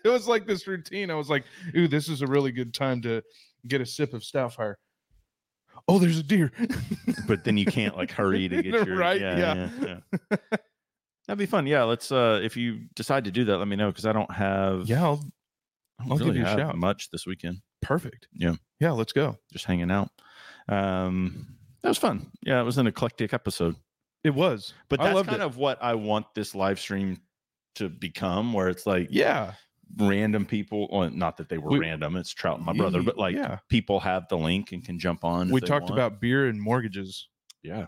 it was like this routine. I was like, "Ooh, this is a really good time to get a sip of Stoutfire." Oh, there's a deer. [laughs] but then you can't like hurry to get your Right, yeah. [laughs] yeah. That'd be fun. Yeah, let's uh if you decide to do that, let me know because I don't have yeah, oh, I'll, I don't I'll give really you a have shout. much this weekend. perfect. Yeah. yeah. Let's go. Just hanging out. Um that was fun. Yeah, it was an eclectic episode. It was, But I that's loved kind it. of what I want this live stream to become, where it's like yeah, random people well, not that they were We- random, it's Trout and my brother, but like yeah, people have the link and can jump on. if we they talked want. about beer and mortgages. yeah.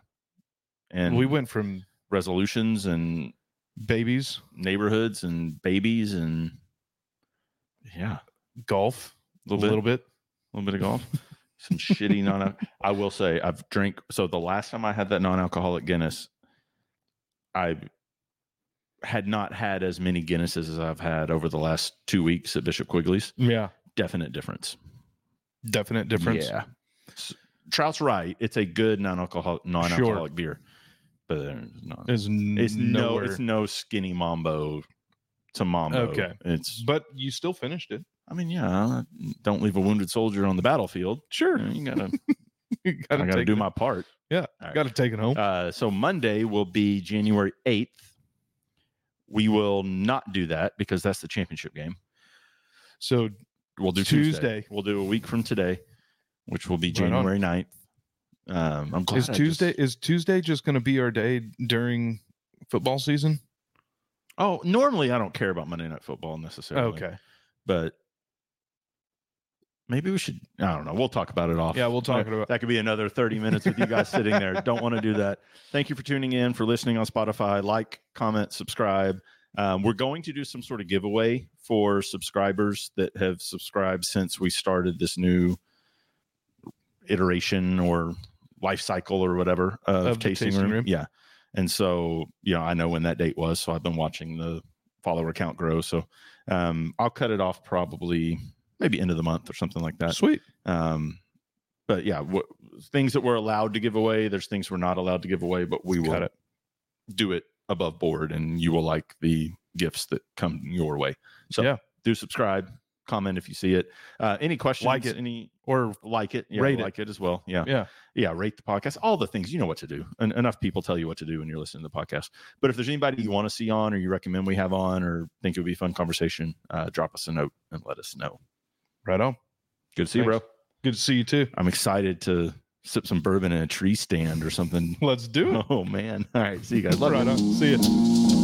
And we we went from resolutions and babies, neighborhoods and babies and yeah, golf, a little, a little bit, bit. a little bit of golf. Some [laughs] shitty non. I will say I've drank. So the last time I had that non-alcoholic Guinness, I had not had as many Guinnesses as I've had over the last two weeks at Bishop Quigley's. Yeah, Definite difference. definite difference. Yeah. S- Trout's right. It's a good non-alcoholic non-alcoholic beer, but there's not. is n- It's no. nowhere. It's no skinny mambo. To mambo. Okay. It's but you still finished it. [laughs] I mean, yeah, don't leave a wounded soldier on the battlefield. You, Sure, know, you [laughs] gotta, I you gotta, gotta take do it- my part. Yeah, All right. gotta take it home. Uh, so Monday will be January eighth. We will not do that because that's the championship game. so We'll do Tuesday. Tuesday. We'll do a week from today, which will be Right on. January 9th. Um, I'm glad is I just- Tuesday is Tuesday just gonna be our day during football season? oh, normally I don't care about Monday Night Football necessarily. okay, but maybe we should. I don't know. We'll talk about it off. yeah, we'll talk about. That could be another 30 minutes with you guys sitting [laughs] there. Don't want to do that. Thank you for tuning in, for listening on Spotify. Like, comment, subscribe. Um, we're going to do some sort of giveaway for subscribers that have subscribed since we started this new iteration or life cycle or whatever of, Of the tasting, tasting room. room. Yeah. And so, you know, I know when that date was. So I've been watching the follower count grow. So um, I'll cut it off probably maybe end of the month or something like that. Sweet. Um, but yeah, what, things that we're allowed to give away, there's things we're not allowed to give away, but we will Got it. do it above board and you will like the gifts that come your way. So Yeah. do subscribe, comment if you see it. Uh, any questions? it. Any Or like it? Yeah, Rate it. like it. as well. Yeah. Yeah. Yeah. Rate the podcast. All the things. You know what to do. En- enough people tell you what to do when you're listening to the podcast. But if there's anybody you want to see on or you recommend we have on or think it would be a fun conversation, uh, drop us a note and let us know. right on. Good to see you, Thanks. bro. Good to see you too. I'm excited to sip some bourbon in a tree stand or something. [laughs] Let's do it. Oh man. All right. See you guys. Love you. Right on. See you.